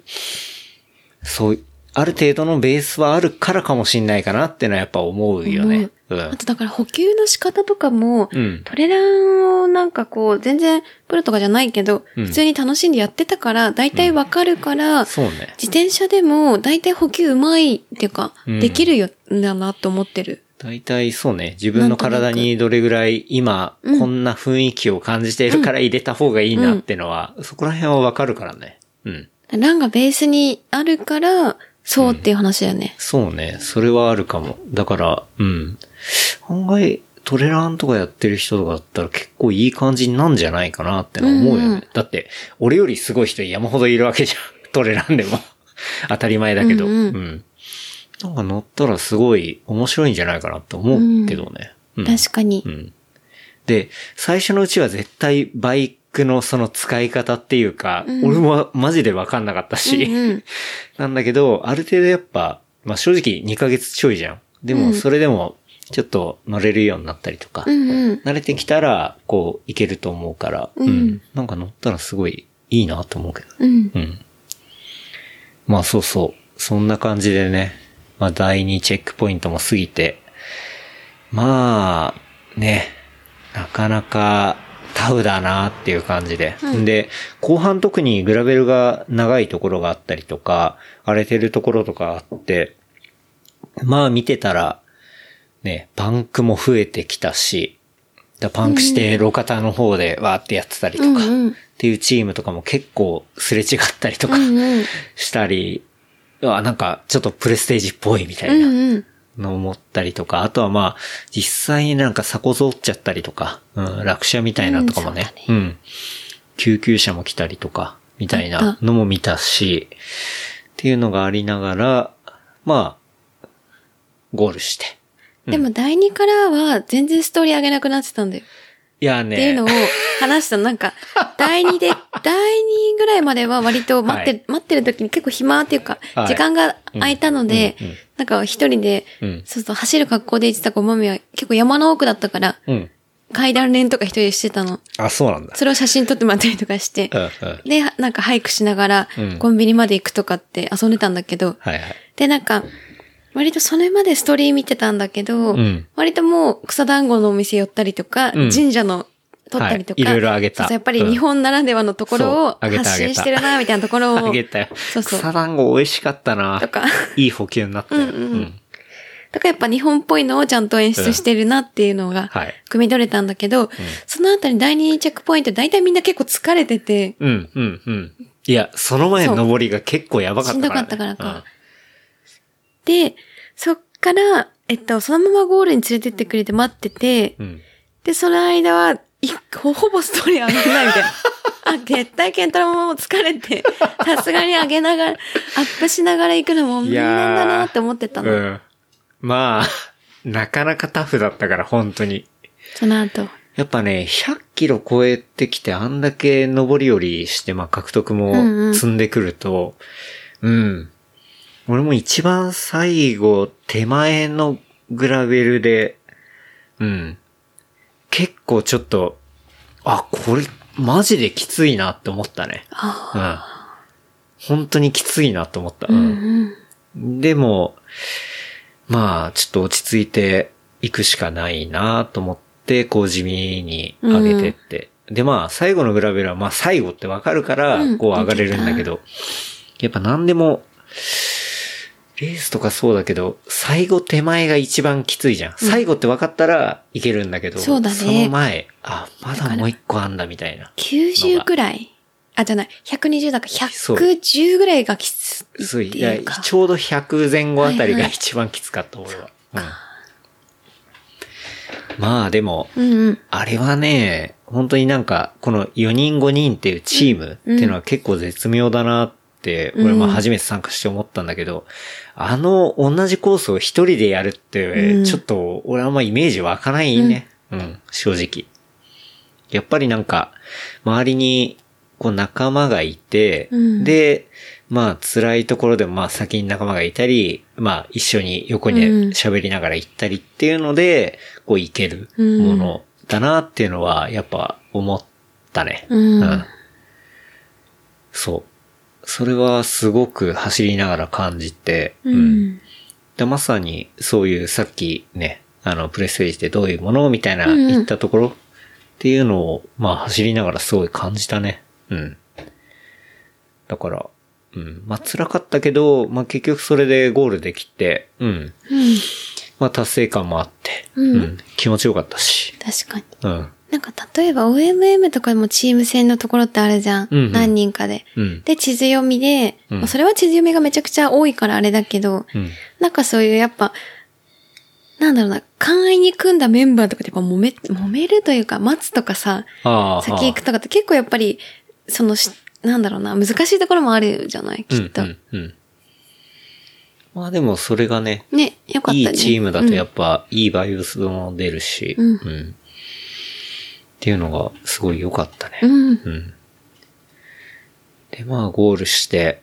Speaker 2: そう、ある程度のベースはあるからかもしんないかなってのはやっぱ思うよね。うん。
Speaker 1: あとだから補給の仕方とかも、
Speaker 2: うん
Speaker 1: トレランをなんかこう、全然プロとかじゃないけど、
Speaker 2: うん
Speaker 1: 普通に楽しんでやってたから、大体わかるから、
Speaker 2: そうね。
Speaker 1: 自転車でも大体補給うまいっていうか、
Speaker 2: うん
Speaker 1: できるよ、だなと思ってる。
Speaker 2: 大体そうね。自分の体にどれぐらい今、
Speaker 1: うん
Speaker 2: こんな雰囲気を感じているから入れた方がいいなってのは、そこら辺はわかるからね。うん。
Speaker 1: ランがベースにあるから、そうっていう話だよね。
Speaker 2: そうね。それはあるかも。だから、うん。案外、トレランとかやってる人とかだったら結構いい感じになんじゃないかなってのは思うよね。
Speaker 1: うんうん
Speaker 2: だって、俺よりすごい人山ほどいるわけじゃん。ト レランでも。当たり前だけど。
Speaker 1: う
Speaker 2: うんん、
Speaker 1: うん
Speaker 2: なんか乗ったらすごい面白いんじゃないかなって思うけどね。うん
Speaker 1: 確かに
Speaker 2: う。ん。で、最初のうちは絶対バイクのその使い方っていうか、
Speaker 1: うん
Speaker 2: 俺もマジでわかんなかったし、
Speaker 1: うんうん
Speaker 2: なんだけど、ある程度やっぱ、まあ正直2ヶ月ちょいじゃん。で
Speaker 1: う
Speaker 2: も
Speaker 1: ん
Speaker 2: それでもちょっと乗れるようになったりとか、
Speaker 1: うんうん。
Speaker 2: 慣れてきたら、こう、いけると思うから、
Speaker 1: うん
Speaker 2: なんか乗ったらすごいいいなと思うけど。
Speaker 1: うん。
Speaker 2: うん。まあそうそう。そんな感じでね。まあ第2チェックポイントも過ぎて。まあ、ね。なかなかタフだなっていう感じで。で、後半特にグラベルが長いところがあったりとか、荒れてるところとかあって、まあ見てたら、ね、パンクも増えてきたし、だパンクして路肩の方でわーってやってたりと
Speaker 1: うん
Speaker 2: か、
Speaker 1: うん。
Speaker 2: っていうチームとかも結構すれ違ったりとか
Speaker 1: うんうん。
Speaker 2: したり、あなんかちょっとプレステージっぽいみた
Speaker 1: う
Speaker 2: いなん
Speaker 1: うん。
Speaker 2: の思ったりとか、あとはまあ、実際になんか鎖骨折っちゃったりとか、うん、落車みたいなとかもね、
Speaker 1: う
Speaker 2: うん、救急車も来たりとか、みたいなのも見たし、っていうのがありながら、まあ、ゴールして。
Speaker 1: でも第2からは全然ストーリー上げなくなってたんだよ。
Speaker 2: いや
Speaker 1: ってい
Speaker 2: ね
Speaker 1: うのを、話したのな んか、第2で、第2ぐらいまでは割と待って、
Speaker 2: はい
Speaker 1: 待ってる時に結構暇っていうか、
Speaker 2: はい
Speaker 1: 時間が空いたので、
Speaker 2: うんうんうん
Speaker 1: なんか一人で、
Speaker 2: うん
Speaker 1: そうそう、走る格好で行ってた子もみは結構山の奥だったから、
Speaker 2: うん。
Speaker 1: 階段連とか一人でしてたの。
Speaker 2: あ、そうなんだ。
Speaker 1: それを写真撮ってもらったりとかして
Speaker 2: う、んうん。
Speaker 1: で、なんか俳句しながら
Speaker 2: う、ん
Speaker 1: コンビニまで行くとかって遊んでたんだけど、
Speaker 2: はいはい。
Speaker 1: で、なんか、割とそれまでストーリー見てたんだけ
Speaker 2: う
Speaker 1: ど、
Speaker 2: ん
Speaker 1: 割ともう草団子のお店寄ったりとか、
Speaker 2: うん
Speaker 1: 神社の撮ったりとか、
Speaker 2: はいいろいろあげた
Speaker 1: そうそうやっぱり日本ならではのところを
Speaker 2: うんそうあげた
Speaker 1: 発
Speaker 2: あげた
Speaker 1: 信してるな、みたいなところを、
Speaker 2: あげたよ。
Speaker 1: そうそう
Speaker 2: 草団子美味しかったな
Speaker 1: とか、
Speaker 2: いい補給になったよ。
Speaker 1: うんうんとかやっぱ日本っぽいのをちゃんと演出してるなっていうのが、
Speaker 2: はい。
Speaker 1: 汲み取れたんだけど、そのあたり第2チェックポイント、だいたいみんな結構疲れてて、
Speaker 2: うん、うん、うん。いや、その前の登りが結構やばかったから、ね。
Speaker 1: しんどかったからかで、そっから、えっと、そのままゴールに連れてってくれて待ってて、
Speaker 2: うん。うん。
Speaker 1: で、その間は、いほほぼストーリー上げない みたいな。あ、絶対ケンタロウももう疲れて、さすがに上げながら、アップしながら行くのも無理なんだなって思ってたの。
Speaker 2: うん。まあ、なかなかタフだったから、本当に。
Speaker 1: その後。
Speaker 2: やっぱね、100キロ超えてきて、あんだけ上り下りして、まあ、獲得
Speaker 1: うんう
Speaker 2: も
Speaker 1: ん
Speaker 2: 積んでくると、うん、俺も一番最後、手前のグラベルで、うん。結構ちょっと、あ、これ、マジできついなって思ったね。
Speaker 1: あ
Speaker 2: うん。本当にきついなって思った。
Speaker 1: あ、うんうん。
Speaker 2: でも、まあ、ちょっと落ち着いていくしかないなと思って、こう地味に上げてって。で、まあ、最後のグラベルは、まあ、最後ってわかるから
Speaker 1: うん、
Speaker 2: こう上がれるんだけど、やっぱ何でも、レースとかそうだけど、最後手前が一番きついじゃん。最後って分かったらいけるんだけど、
Speaker 1: そうだね
Speaker 2: の前、あ、ま
Speaker 1: だか
Speaker 2: だ
Speaker 1: ら
Speaker 2: もう一個あんだみたいな。
Speaker 1: 90くらいあ、じゃない、120だから110ぐらいがきつい
Speaker 2: そう
Speaker 1: っ
Speaker 2: い
Speaker 1: て
Speaker 2: や
Speaker 1: いうか。
Speaker 2: ちょうど100前後あたり
Speaker 1: はい
Speaker 2: が
Speaker 1: はい
Speaker 2: 一番きつかった、俺は。うん、まあでも、
Speaker 1: うんうん。
Speaker 2: あれはね、本当になんか、この4人5人っていうチームっていうのは結構絶妙だなって、
Speaker 1: うん
Speaker 2: 俺も初めて参加して思ったんだけど、あの同じコースを一人でやるって
Speaker 1: う、ん
Speaker 2: ちょっと俺あんまイメージ湧かないね。うん、正直。やっぱりなんか、周りに、こう仲間がいて、
Speaker 1: うん
Speaker 2: で、まあ辛いところでもまあ先に仲間がいたり、まあ一緒に横に
Speaker 1: うん
Speaker 2: 喋りながら行ったりっていうので、こう行けるものだなっていうのはやっぱ思ったね。
Speaker 1: うん。
Speaker 2: そう。それはすごく走りながら感じて、
Speaker 1: うん。うん。
Speaker 2: で、まさにそういうさっきね、あの、プレステージでどういうものみたいな
Speaker 1: うんうん
Speaker 2: 言ったところっていうのを、まあ走りながらすごい感じたね。うん。だから、うん。まあ辛かったけど、まあ結局それでゴールできて、うん。まあ達成感もあって、
Speaker 1: うん
Speaker 2: 気持ちよかったし、
Speaker 1: 確かに。
Speaker 2: うん。
Speaker 1: なんか例えば OMM とかでもチーム戦のところってあるじゃん。
Speaker 2: うんうん
Speaker 1: 何人かで。
Speaker 2: うん。
Speaker 1: で、地図読みで、
Speaker 2: うん
Speaker 1: まあそれは地図読みがめちゃくちゃ多いからあれだけど、
Speaker 2: うん。
Speaker 1: なんかそういうやっぱ、なんだろうな、簡易に組んだメンバーとかでやっぱ揉め、揉めるというか、待つとかさ、
Speaker 2: ああ。
Speaker 1: 先行くとかって結構やっぱり、そのし、なんだろうな、難しいところもあるじゃない、きっと。
Speaker 2: うんうんうん。まあでもそれがね、
Speaker 1: ね、よかったね。
Speaker 2: いいチームだとやっ
Speaker 1: ぱ、
Speaker 2: ぱ、いいバイオスも出るし、
Speaker 1: うん
Speaker 2: っていうのがすごい良かったね。
Speaker 1: うん。
Speaker 2: うん。で、まあ、ゴールして、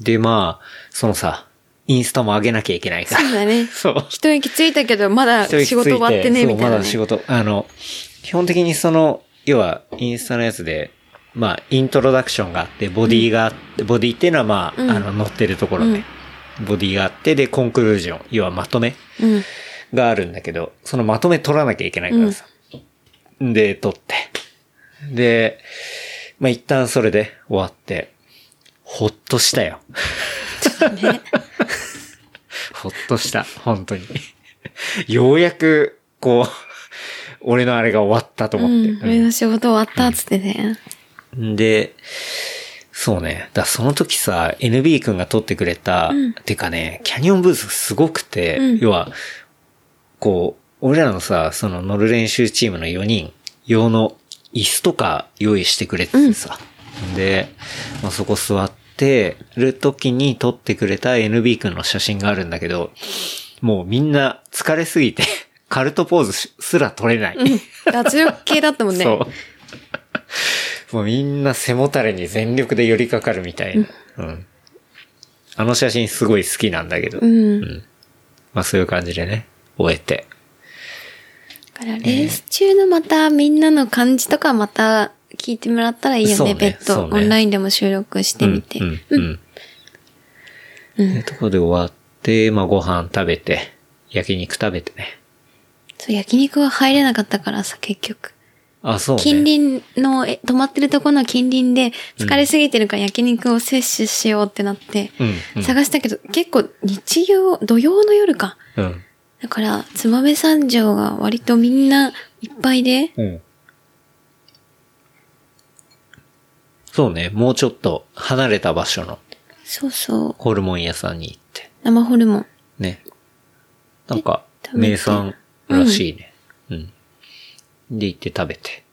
Speaker 2: で、まあ、そのさ、インスタも上げなきゃいけないか
Speaker 1: そう
Speaker 2: ら。
Speaker 1: だ ね。
Speaker 2: そう。
Speaker 1: 一息ついたけど、まだ
Speaker 2: 一息つい
Speaker 1: 仕事終わってね、
Speaker 2: そ
Speaker 1: みたい
Speaker 2: う、
Speaker 1: な、
Speaker 2: まだ
Speaker 1: ね。
Speaker 2: 仕事。あの、基本的にその、要は、インスタのやつで、まあ、イントロダクションがあって、ボディがあって、ボディっていうのはまあ、
Speaker 1: うん
Speaker 2: あの、載ってるところね、ボディがあって、で、コンクルージョン、要はまとめ
Speaker 1: うん。
Speaker 2: があるんだけど、そのまとめ取らなきゃいけないからさ。で、取って。で、まあ、一旦それで終わって、ほっとしたよ。
Speaker 1: ね。
Speaker 2: ほっとした、本当に。ようやく、こう、俺のあれが終わったと思って。
Speaker 1: うん。俺の仕事終わった、つってね。
Speaker 2: うんで、そうね。だからその時さ、NB 君が撮ってくれた、
Speaker 1: うん
Speaker 2: てかね、キャニオンブースすごくて、
Speaker 1: うん
Speaker 2: 要は、こう、俺らのさ、その乗る練習チームの4人用の椅子とか用意してくれててさ、で、まあ、そこ座ってる時に撮ってくれた NB 君の写真があるんだけど、もうみんな疲れすぎて、 カルトポーズしすら撮れない。
Speaker 1: 脱力系だったも んね。
Speaker 2: そう。もうみんな背もたれに全力で寄りかかるみたいな。うん。あの写真すごい好きなんだけど。
Speaker 1: うん。だ
Speaker 2: まあそういう感じでね、終えて。
Speaker 1: から、レース中のまた、みんなの感じとかまた、聞いてもらったらいいよ
Speaker 2: そうね
Speaker 1: ね、別
Speaker 2: そ
Speaker 1: 途。
Speaker 2: う
Speaker 1: オ
Speaker 2: ね
Speaker 1: ンラインでも収録してみて。
Speaker 2: うん、うん、うん。でとこで終わって、まあご飯食べて、焼肉食べてね。
Speaker 1: そう、焼肉は入れなかったからさ、結局。
Speaker 2: あ、そうね。
Speaker 1: 近隣の、え、泊まってるとこの近隣で、疲れすぎてるから焼肉を摂取しようってなって、
Speaker 2: うん、うん。
Speaker 1: 探したけど、結構日曜、土曜の夜か。
Speaker 2: うん。
Speaker 1: だから、つまめ三条が割とみんないっぱいで、
Speaker 2: うん。そうね、もうちょっと離れた場所の
Speaker 1: そうそう、
Speaker 2: ホルモン屋さんに行って。
Speaker 1: 生ホルモン。
Speaker 2: ね。なんか、
Speaker 1: で食べて
Speaker 2: 名産らしいね。うん。で、行って食べて。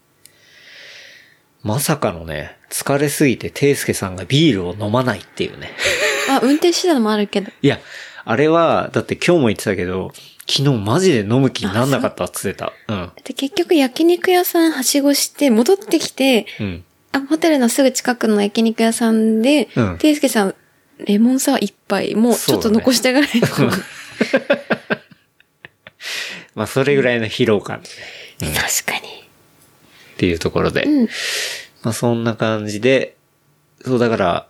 Speaker 2: まさかのね、疲れすぎて、ていすけさんがビールを飲まないっていうね。
Speaker 1: あ、運転してたのもあるけど。
Speaker 2: いや、あれは、だって今日も言ってたけど、昨日マジで飲む気になんなかったっつってた。うん。
Speaker 1: で、結局焼肉屋さんはしごして、戻ってきて、
Speaker 2: うん。
Speaker 1: あ、ホテルのすぐ近くの焼肉屋さんで、
Speaker 2: うん
Speaker 1: ていすけさん、レモンサワー一杯、もうちょっと残したぐらいの。確
Speaker 2: まあ、それぐらいの疲労感。
Speaker 1: かに。
Speaker 2: っていうところで。
Speaker 1: うん
Speaker 2: まあそんな感じで、そうだから、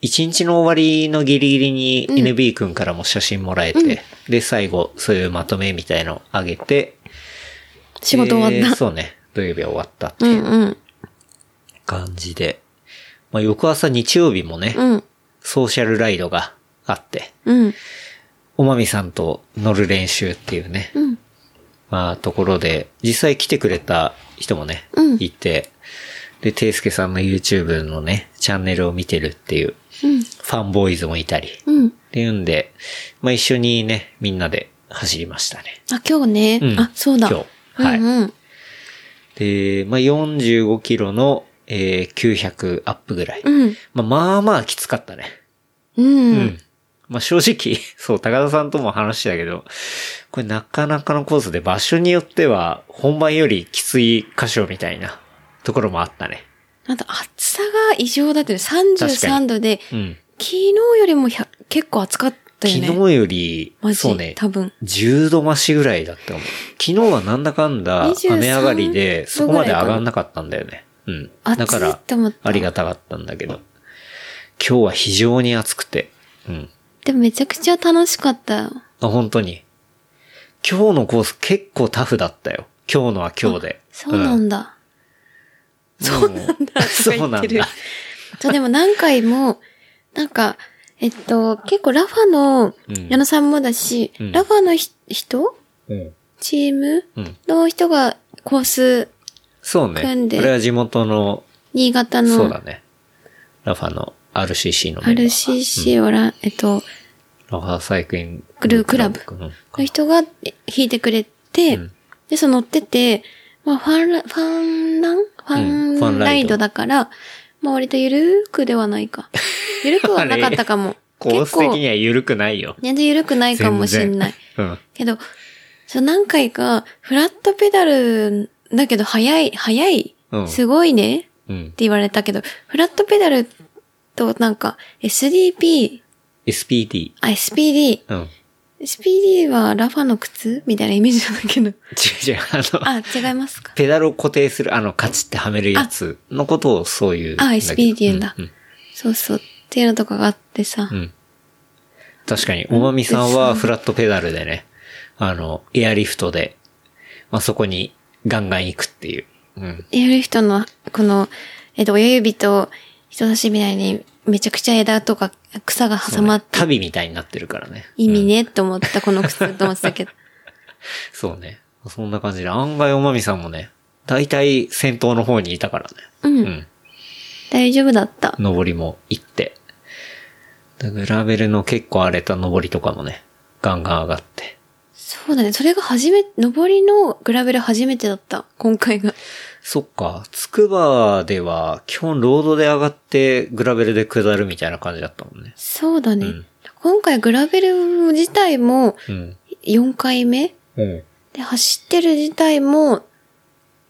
Speaker 2: 一日の終わりのギリギリに NB 君からも写真もらえて、で、最後、そういうまとめみたいのあげて、
Speaker 1: 仕事終わ
Speaker 2: え
Speaker 1: っ
Speaker 2: ー
Speaker 1: た。
Speaker 2: そうね、土曜日は終わったって
Speaker 1: う
Speaker 2: いうん
Speaker 1: うん。
Speaker 2: 感じで、まあ翌朝日曜日もね、
Speaker 1: うん。
Speaker 2: ソーシャルライドがあって、
Speaker 1: うん。
Speaker 2: おまみさんと乗る練習っていうね、
Speaker 1: うん。
Speaker 2: まあ、ところで、実際来てくれた人もね、
Speaker 1: うん
Speaker 2: いて、で、ていすけさんの YouTube のね、チャンネルを見てるっていう、
Speaker 1: うん
Speaker 2: ファンボーイズもいたり、っ
Speaker 1: うん。
Speaker 2: ていうんで、まあ一緒にね、みんなで走りましたね。
Speaker 1: あ、今日ね。
Speaker 2: うん
Speaker 1: あ、そうだ。
Speaker 2: 今日はい
Speaker 1: うんうん。
Speaker 2: で、まあ45キロの、えー900アップぐらい。
Speaker 1: うん。
Speaker 2: まあまあまあきつかったね。
Speaker 1: うん。
Speaker 2: まあ正直、 そう、高田さんとも話したけど、これなかなかのコースで場所によっては本番よりきつい箇所みたいなところもあったね。
Speaker 1: あと、暑さが異常だってね。33度で、
Speaker 2: うん。
Speaker 1: 昨日よりもひゃ結構暑かったよね。
Speaker 2: 昨日より
Speaker 1: マ、ジ
Speaker 2: そうね、
Speaker 1: 多分。
Speaker 2: 10度増しぐらいだったもん。昨日はなんだかんだ
Speaker 1: 23
Speaker 2: 雨上がりで、そこまで上
Speaker 1: 度ぐらいかな
Speaker 2: がんなかったんだよね。うん。だ
Speaker 1: 暑
Speaker 2: か
Speaker 1: いっ
Speaker 2: ら、
Speaker 1: て思った。
Speaker 2: ありがたかったんだけど。今日は非常に暑くて。うん。
Speaker 1: でもめちゃくちゃ楽しかったよ。
Speaker 2: あ、本当に。今日のコース結構タフだったよ。今日のは今日で。
Speaker 1: そうなんだ。
Speaker 2: そうなんだ。そうなんだ。
Speaker 1: そう、でも何 回も、なんか、えっと、結構ラファの
Speaker 2: うん
Speaker 1: 矢野さんもだし、
Speaker 2: うん
Speaker 1: ラファのひ人
Speaker 2: うん。
Speaker 1: チーム
Speaker 2: うん。
Speaker 1: の人がコース、
Speaker 2: そうね。
Speaker 1: 組んで
Speaker 2: これは地元の、
Speaker 1: 新潟
Speaker 2: そう
Speaker 1: の
Speaker 2: だね。ラファの RCC のメンバーが。
Speaker 1: RCC をら、えっと、
Speaker 2: ラファサイクリン
Speaker 1: グルークラブ
Speaker 2: うん
Speaker 1: の人がえ弾いてくれて、
Speaker 2: うん
Speaker 1: で、その乗ってて、まあ、ファンラ、ファンランフ
Speaker 2: うんファ
Speaker 1: ァ
Speaker 2: ン
Speaker 1: ン
Speaker 2: ラ
Speaker 1: ラ
Speaker 2: イ
Speaker 1: イ
Speaker 2: ド
Speaker 1: ドだから、まあ割とゆるーくではない
Speaker 2: 。
Speaker 1: か。ゆるくはなかったかも
Speaker 2: コース的には緩くないよ。
Speaker 1: 全然ゆるくないかもしんない。
Speaker 2: うん。
Speaker 1: けど、そう何回か、フラットペダル、だけど速い、速い、
Speaker 2: うん
Speaker 1: すごいねって
Speaker 2: うん。
Speaker 1: 言われたけど、フラットペダルとなんか、SDP、
Speaker 2: SPD。
Speaker 1: あ、SPD、
Speaker 2: うん。違う
Speaker 1: SPD はラファの靴みたいなイメージなんだけど。
Speaker 2: 違う、あの、
Speaker 1: あ、違いますか。
Speaker 2: ペダルを固定する、あの、カチってはめるやつのことをそういう。
Speaker 1: あ SPD だ
Speaker 2: うん
Speaker 1: そうそう。っていうのとかがあってさ
Speaker 2: う。ん。確かに、おまみさんはフラットペダルでね、あの、エアリフトで、まあ、そこにガンガン行くっていう。うん。
Speaker 1: やる人の、この、えっと、親指と人差し指みたいに、めちゃくちゃ枝とか草が挟まった
Speaker 2: 旅みたいになってるからね。
Speaker 1: 意味ねって思った、この靴と思ってたけど。
Speaker 2: そうね。そんな感じで、案外おまみさんもね、大体先頭の方にいたからね。
Speaker 1: うん
Speaker 2: うん。
Speaker 1: 大丈夫だった。
Speaker 2: 登りも行って。だグラベルの結構荒れた登りとかもね、ガンガン上がって。
Speaker 1: そうだね。それが初め、上りのグラベル初めてだった。今回が。
Speaker 2: そっか、つくばでは基本ロードで上がってグラベルで下るみたいな感じだったもんね。
Speaker 1: そうだね。
Speaker 2: うん
Speaker 1: 今回グラベル自体も
Speaker 2: うん。
Speaker 1: 4回目
Speaker 2: うん。
Speaker 1: で、走ってる自体も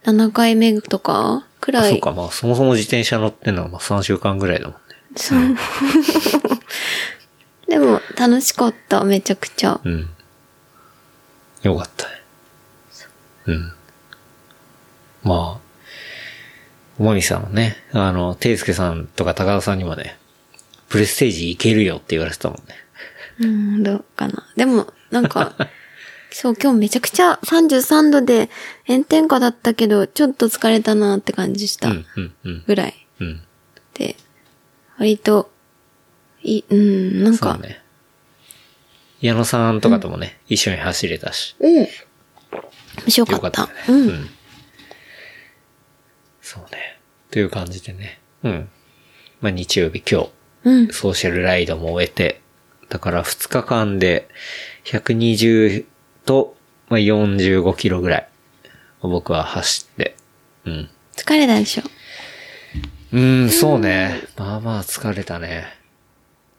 Speaker 1: 7回目とかくらい。
Speaker 2: そうか、まあそもそも自転車乗ってんのはまあ3週間ぐらいだもんね。
Speaker 1: そう。でも、楽しかった、めちゃくちゃ。
Speaker 2: うん。よかったね。うん。まあ、おまみさんはね、あの、ていすけさんとか高田さんにもね、プレステージ行けるよって言われてたもんね。
Speaker 1: うん、どうかな。でも、な んか、そう、今日めちゃくちゃ33度で炎天下だったけど、ちょっと疲れたなって感じし
Speaker 2: う
Speaker 1: た
Speaker 2: ん、うん、うん。
Speaker 1: ぐらい
Speaker 2: うん。
Speaker 1: で、割と、い、うん、なん
Speaker 2: そ
Speaker 1: か、
Speaker 2: うね。矢野さんとかともね、一緒に走れたし。
Speaker 1: うん。面白か
Speaker 2: よ
Speaker 1: っ
Speaker 2: か
Speaker 1: た。
Speaker 2: ったね。
Speaker 1: うん。
Speaker 2: そうね。という感じでね。うん。まあ日曜日今日。
Speaker 1: うん。
Speaker 2: ソーシャルライドも終えて、だから2日間で120とまあ45キロぐらいを僕は走って、うん。
Speaker 1: 疲れたでしょ。
Speaker 2: うん、そうね。まあまあ疲れたね。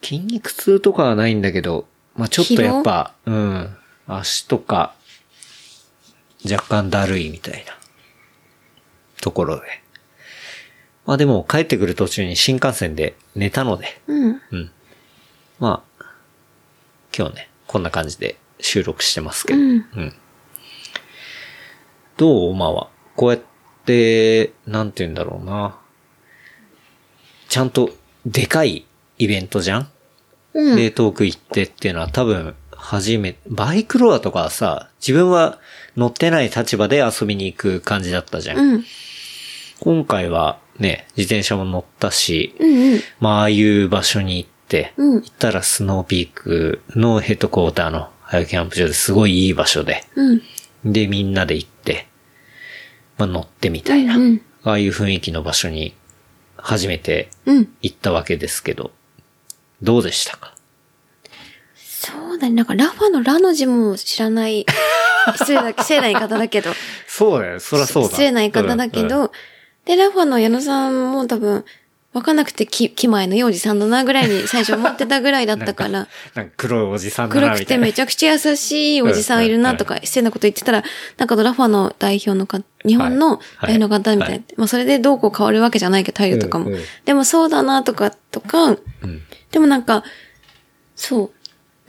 Speaker 2: 筋肉痛とかはないんだけど、まあちょっとやっぱ、うん、足とか若干だるいみたいなところで。まあでも帰ってくる途中に新幹線で寝たので、
Speaker 1: うん。
Speaker 2: うん。まあ、今日ね、こんな感じで収録してますけ
Speaker 1: う
Speaker 2: ど。
Speaker 1: ん。
Speaker 2: うん。どうまは。こうやって、なんて言うんだろうな。ちゃんと、でかいイベントじゃん、
Speaker 1: うん。
Speaker 2: で、遠く行ってっていうのは多分、初め、バイクロアとかはさ、自分は乗ってない立場で遊びに行く感じだったじゃん、
Speaker 1: うん。
Speaker 2: 今回はね、自転車も乗ったし、
Speaker 1: うん。うん。
Speaker 2: まあ、ああいう場所に行って、
Speaker 1: うん
Speaker 2: 行ったらスノーピークのヘッドクォーターのハイキャンプ場ですごいいい場所で、
Speaker 1: うん。
Speaker 2: で、みんなで行って、まあ、乗ってみたいな、
Speaker 1: うん。
Speaker 2: ああいう雰囲気の場所に初めて
Speaker 1: うん。
Speaker 2: 行ったわけですけど、どうでしたか
Speaker 1: そうだね。なんか、ラファのラの字も知 らない。失礼だ、失礼な言い方だけど。
Speaker 2: そうだよ、そら
Speaker 1: 失礼な言い方だけど、で、ラファの矢野さんも多分、わかんなくて、き、気前の幼児さんだなぐらいに最初思ってたぐらいだったから、
Speaker 2: なんか黒いおじさんだ
Speaker 1: 黒
Speaker 2: な、
Speaker 1: く
Speaker 2: みた
Speaker 1: て
Speaker 2: いな
Speaker 1: め。ちゃくちゃ優しいおじさんいるなとか、失礼なこと言ってたら、なんかラファの代表のか、日本の代表の方みたいな。
Speaker 2: はい
Speaker 1: まあそれでどうこう変わるわけじゃないけど、態度とかも。
Speaker 2: うんうん
Speaker 1: でもそうだなとか、とか、
Speaker 2: うん
Speaker 1: でもなんか、そう。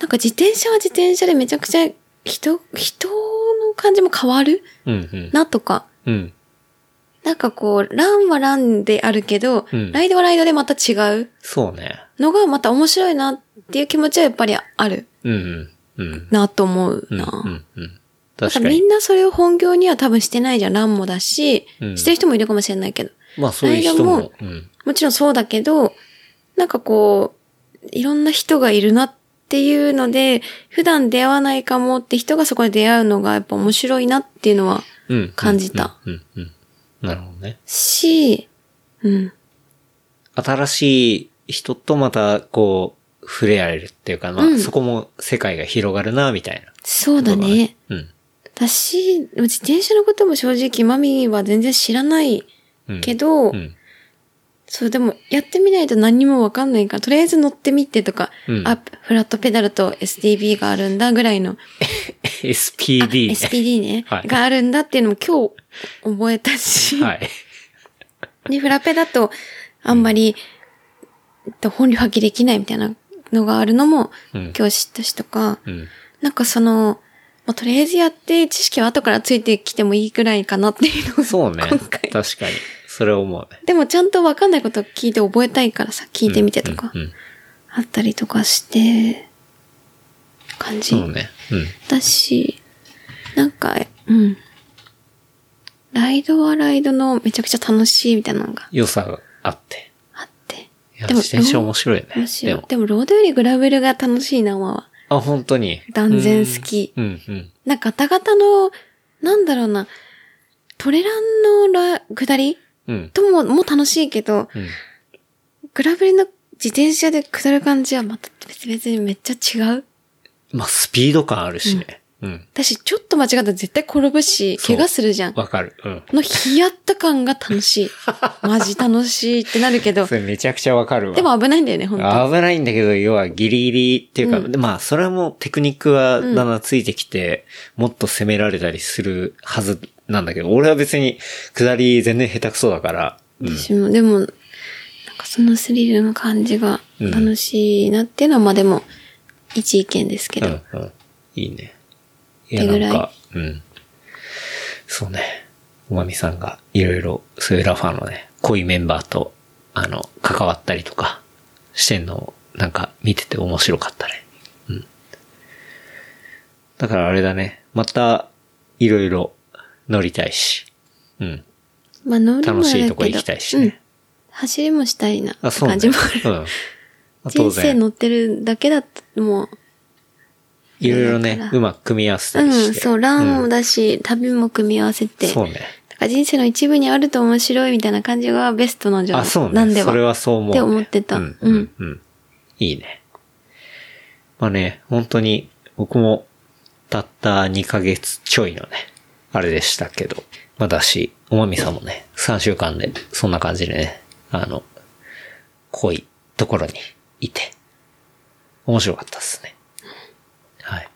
Speaker 1: なんか自転車は自転車でめちゃくちゃ人、人の感じも変わる
Speaker 2: うん、うん。
Speaker 1: なとか、
Speaker 2: うん。
Speaker 1: なんかこう、ランはランであるけど、
Speaker 2: うん
Speaker 1: ライドはライドでまた違う
Speaker 2: そうね。
Speaker 1: のがまた面白いなっていう気持ちはやっぱりある
Speaker 2: うんうん。うん。
Speaker 1: なと思う
Speaker 2: うん
Speaker 1: な。
Speaker 2: うんうん。
Speaker 1: だか
Speaker 2: 確から
Speaker 1: み
Speaker 2: に。
Speaker 1: んなそれを本業には多分してないじゃん。ランもだし、
Speaker 2: うん
Speaker 1: してる人もいるかもしれないけど。
Speaker 2: まあそういう人
Speaker 1: ラ
Speaker 2: も
Speaker 1: イドも、
Speaker 2: うん。
Speaker 1: もちろんそうだけど、なんかこう、いろんな人がいるなっていうので、普段出会わないかもって人がそこで出会うのがやっぱ面白いなっていうのは、
Speaker 2: うん。
Speaker 1: 感じた
Speaker 2: うん。うん。うんなるほどね。
Speaker 1: し、うん。
Speaker 2: 新しい人とまた、こう、触れ合えるっていうか、ま
Speaker 1: う
Speaker 2: あ
Speaker 1: ん
Speaker 2: そこも世界が広がるな、みたいな。
Speaker 1: そうだね。
Speaker 2: うん。
Speaker 1: 私、自転車のことも正直、マミーは全然知らない
Speaker 2: うん。
Speaker 1: けど、
Speaker 2: うん。
Speaker 1: そう、でも、やってみないと何にもわかんないから、とりあえず乗ってみてとか、
Speaker 2: うん
Speaker 1: あ、フラットペダルと SDB があるんだぐらいの、
Speaker 2: SPD ね。
Speaker 1: SPD ね、
Speaker 2: はい
Speaker 1: があるんだっていうのも今日覚えた し、
Speaker 2: はい。
Speaker 1: で、フラペだと、あんまり、えっと本領発揮できないみたいなのがあるのも、
Speaker 2: うん。
Speaker 1: 今日知ったしとか、
Speaker 2: うん。
Speaker 1: なんかその、まあ、とりあえずやって知識は後からついてきてもいいくらいかなっていうのを
Speaker 2: そうね。
Speaker 1: 今
Speaker 2: 確
Speaker 1: 回。
Speaker 2: かに。それ思うね。
Speaker 1: でもちゃんとわかんないことを聞いて覚えたいからさ、聞いてみてとか
Speaker 2: う、ん。うん
Speaker 1: あったりとかして、感じ
Speaker 2: そうね。うん。
Speaker 1: だし、なんか、うん。ライドはライドのめちゃくちゃ楽しいみたいなのが
Speaker 2: 良さがあって。
Speaker 1: あって。
Speaker 2: いや、
Speaker 1: でも
Speaker 2: 自転車面白いね。
Speaker 1: むし
Speaker 2: で
Speaker 1: ろ
Speaker 2: も。
Speaker 1: でも、ロードよりグラベルが楽しいな、まは。
Speaker 2: あ、本当に。
Speaker 1: 断然好き。
Speaker 2: うん、うん。
Speaker 1: なんか、ガタガタの、なんだろうな、トレランのラ、下り
Speaker 2: うん。
Speaker 1: とも、も楽しいけど、
Speaker 2: うん。
Speaker 1: グラベルの自転車で下る感じはまた別々にめっちゃ違う。
Speaker 2: まあ、スピード感あるしね。うん。
Speaker 1: 私、ちょっと間違ったら絶対転ぶし、
Speaker 2: そう
Speaker 1: 怪我するじゃん。
Speaker 2: わ、かる。うん。
Speaker 1: のヒヤッと感が楽 しい。マジ楽しいってなるけど
Speaker 2: そ、れめちゃくちゃわかるわ。
Speaker 1: でも危ないんだよね、本当
Speaker 2: 危ないんだけど、要はギリギリっていうか、
Speaker 1: うん
Speaker 2: でまあ、それはもうテクニックはだんだんついてきて、もっと攻められたりするはずなんだけど、俺は別に下り全然下手くそだから、うん。
Speaker 1: 私も、でも、なんかそのスリルの感じが
Speaker 2: うん
Speaker 1: 楽しいなっていうのは、まあでも、一意見ですけ
Speaker 2: う
Speaker 1: ど。
Speaker 2: ん、うん。いいね。いや、
Speaker 1: 手
Speaker 2: な
Speaker 1: ぐら
Speaker 2: ん
Speaker 1: い
Speaker 2: か、うん。そうね。おまみさんがいろいろ、スウェラファーのね、濃いメンバーと、あの、関わったりとか、してんのを、なんか見てて面白かったね。うん。だからあれだね。また、いろいろ乗りたいし。うん。
Speaker 1: まあ乗り
Speaker 2: 楽
Speaker 1: もやだけど
Speaker 2: しいとこ行きたいし
Speaker 1: うん
Speaker 2: ね。
Speaker 1: 走りもしたいな
Speaker 2: あ、そうね。
Speaker 1: 感じもある。
Speaker 2: うん。まあ当
Speaker 1: 人生
Speaker 2: 然、
Speaker 1: 乗ってるだけだと、もう、
Speaker 2: いろいろね
Speaker 1: だか、ら
Speaker 2: うまく組み合わせた
Speaker 1: う
Speaker 2: りして。
Speaker 1: ん、そう、ランもだし、旅も組み合わせて。
Speaker 2: そうね。
Speaker 1: だから人生の一部にあると面白いみたいな感じがベストなんじゃな
Speaker 2: あ、
Speaker 1: い
Speaker 2: そうね。
Speaker 1: なんでは。
Speaker 2: それはそう思う、ね。
Speaker 1: って思ってた
Speaker 2: うん、う
Speaker 1: うん
Speaker 2: ん、うん。いいね。まあね、本当に、僕も、たった2ヶ月ちょいのね、あれでしたけど、まあだし、おまみさんもね、3週間で、そんな感じでね、あの、濃いところにいて、面白かったですね。はい。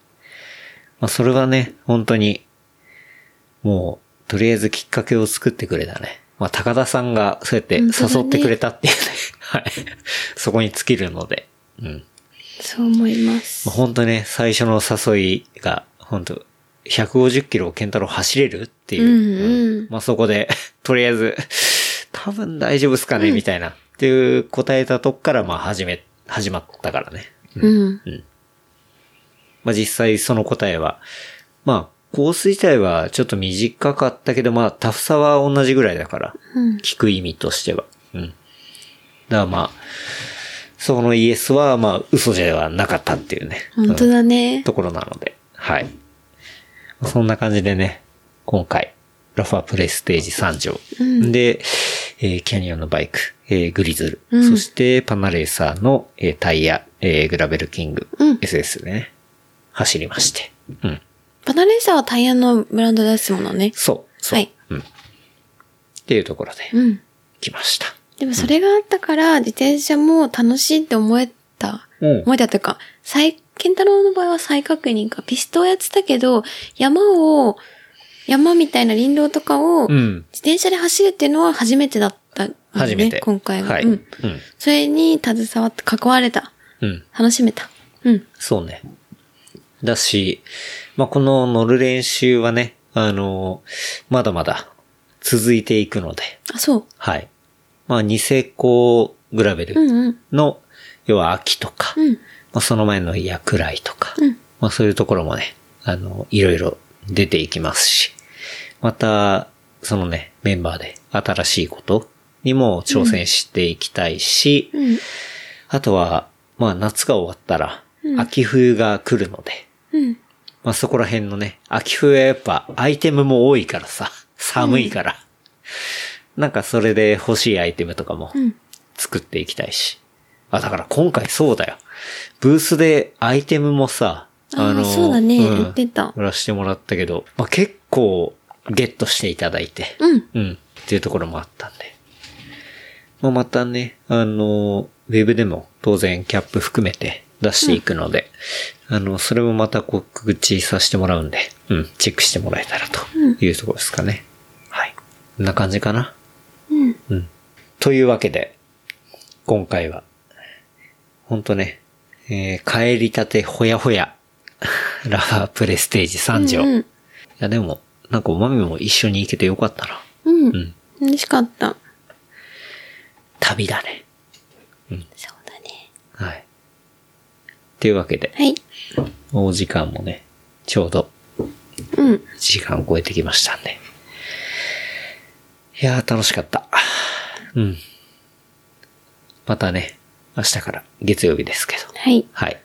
Speaker 2: まあそれはね、本当に、もう、とりあえずきっかけを作ってくれたね。まあ、高田さんがそうやって
Speaker 1: 本当だね
Speaker 2: 誘ってくれたっていうね。はい。そこに尽きるので。うん。
Speaker 1: そう思います。
Speaker 2: まあ、本当ね、最初の誘いが、本当150キロを健太郎走れるっていう。
Speaker 1: うんうん
Speaker 2: まあ、そこで、とりあえず、多分大丈夫っすかね、みたいな。っていう答えたとこから、まあ、始め、始まったからね。
Speaker 1: うん。
Speaker 2: まあ、実際その答えは、まあ、コース自体はちょっと短かったけど、まあ、タフさは同じぐらいだから、
Speaker 1: うん。
Speaker 2: 聞く意味としては。うん。だからまあ、そのイエスは、まあ、嘘じゃなかったっていうね。
Speaker 1: 本当
Speaker 2: うん
Speaker 1: だね。
Speaker 2: ところなので、はい。そんな感じでね、今回、ラファプレイステージ3条。
Speaker 1: うん
Speaker 2: で、えーキャニオンのバイク、えーグリズル、
Speaker 1: うん
Speaker 2: そしてパナレーサーの、えータイヤ、えーグラベルキング、
Speaker 1: うん
Speaker 2: SS でね、走りまして。うん。
Speaker 1: パナレーサーはタイヤのブランドですものね。
Speaker 2: そう、そう。
Speaker 1: はい
Speaker 2: うん。っていうところで、
Speaker 1: うん。
Speaker 2: 来ました。
Speaker 1: でもそれがあったから、自転車も楽しいって思えた。
Speaker 2: うん
Speaker 1: 思えたというか、再、ケンタロウの場合は再確認か。ピストをやってたけど、山を、山みたいな林道とかを、
Speaker 2: う
Speaker 1: 自
Speaker 2: ん。
Speaker 1: 転車で走るっていうのは初めてだった、ね。
Speaker 2: 初めて。
Speaker 1: 今回は。
Speaker 2: はい。
Speaker 1: う
Speaker 2: うんん。。うん。
Speaker 1: それに携わって、関われた。楽しめた。うん。
Speaker 2: そうね。だし、まあ、この乗る練習はね、あの、まだまだ、続いていくので、
Speaker 1: あ、そう。
Speaker 2: はい。まあ、ニセコグラベ
Speaker 1: う
Speaker 2: ル
Speaker 1: んうん。
Speaker 2: の、要は秋とか、
Speaker 1: うん。
Speaker 2: まあ、その前の薬来とか、
Speaker 1: うん
Speaker 2: まあ、そういうところもね、あの、いろいろ出ていきますし、また、そのね、メンバーで新しいことにも挑戦していきたいし、
Speaker 1: うん。
Speaker 2: あとは、まあ、夏が終わったら
Speaker 1: う、ん
Speaker 2: 秋冬が来るので、
Speaker 1: うん。
Speaker 2: まあ、そこら辺のね、秋冬はやっぱアイテムも多いからさ、寒いから。なんかそれで欲しいアイテムとかも
Speaker 1: うん。
Speaker 2: 作っていきたいし。あ、だから今回そうだよ。ブースでアイテムもさ、
Speaker 1: あーそうだね
Speaker 2: ん
Speaker 1: 売ってた
Speaker 2: 売らしてもらったけど、まあ、結構ゲットしていただいて、
Speaker 1: うん。
Speaker 2: うん。っていうところもあったんで。まあ、またね、あの、ウェブでも当然キャップ含めて出していくので、あの、それもまた告知させてもらうんで、うん、チェックしてもらえたらというところですかね。はい。こんな感じかな。
Speaker 1: うん。
Speaker 2: うん。というわけで、今回は、ほんとね、えー帰りたてほやほや、 ラファープレステージ3条。
Speaker 1: う
Speaker 2: い
Speaker 1: ん
Speaker 2: や、でも、なんかおまみも一緒に行けてよかったな。
Speaker 1: うん。う。
Speaker 2: うんん。
Speaker 1: 嬉しかった。
Speaker 2: 旅だね。
Speaker 1: そうだね。
Speaker 2: はい。というわけで、
Speaker 1: はい。
Speaker 2: お時間もね、ちょうど
Speaker 1: うん。
Speaker 2: 1時間を超えてきましたんで。いやー、楽しかった。うん。またね、明日から月曜日ですけど。
Speaker 1: はい。
Speaker 2: はい。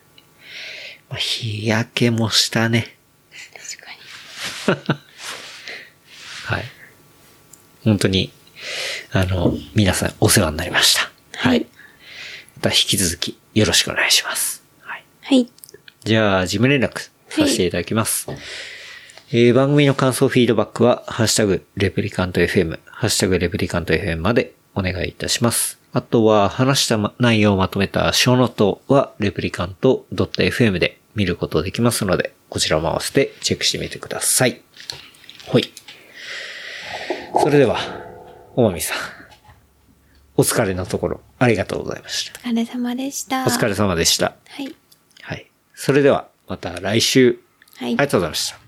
Speaker 2: まあ日焼けもしたね。
Speaker 1: 確かに。
Speaker 2: はい。本当に、あの、皆さんお世話になりました。
Speaker 1: はい。
Speaker 2: また引き続きよろしくお願いします。はい。
Speaker 1: はい。
Speaker 2: じゃあ、事務連絡させていただきます。えー番組の感想、フィードバックは、ハッシュタグ、レプリカント FM、ハッシュタグ、レプリカント FM までお願いいたします。あとは、話したま内容をまとめた小ノートは、レプリカント .fm で見ることできますので、こちらも合わせてチェックしてみてください。ほい。それでは、おまみさん。お疲れのところ、ありがとうございました。
Speaker 1: お疲れ様でした。
Speaker 2: お疲れ様でした。
Speaker 1: はい。
Speaker 2: はい。それでは、また来週。あ
Speaker 1: はい
Speaker 2: りが。とうございました。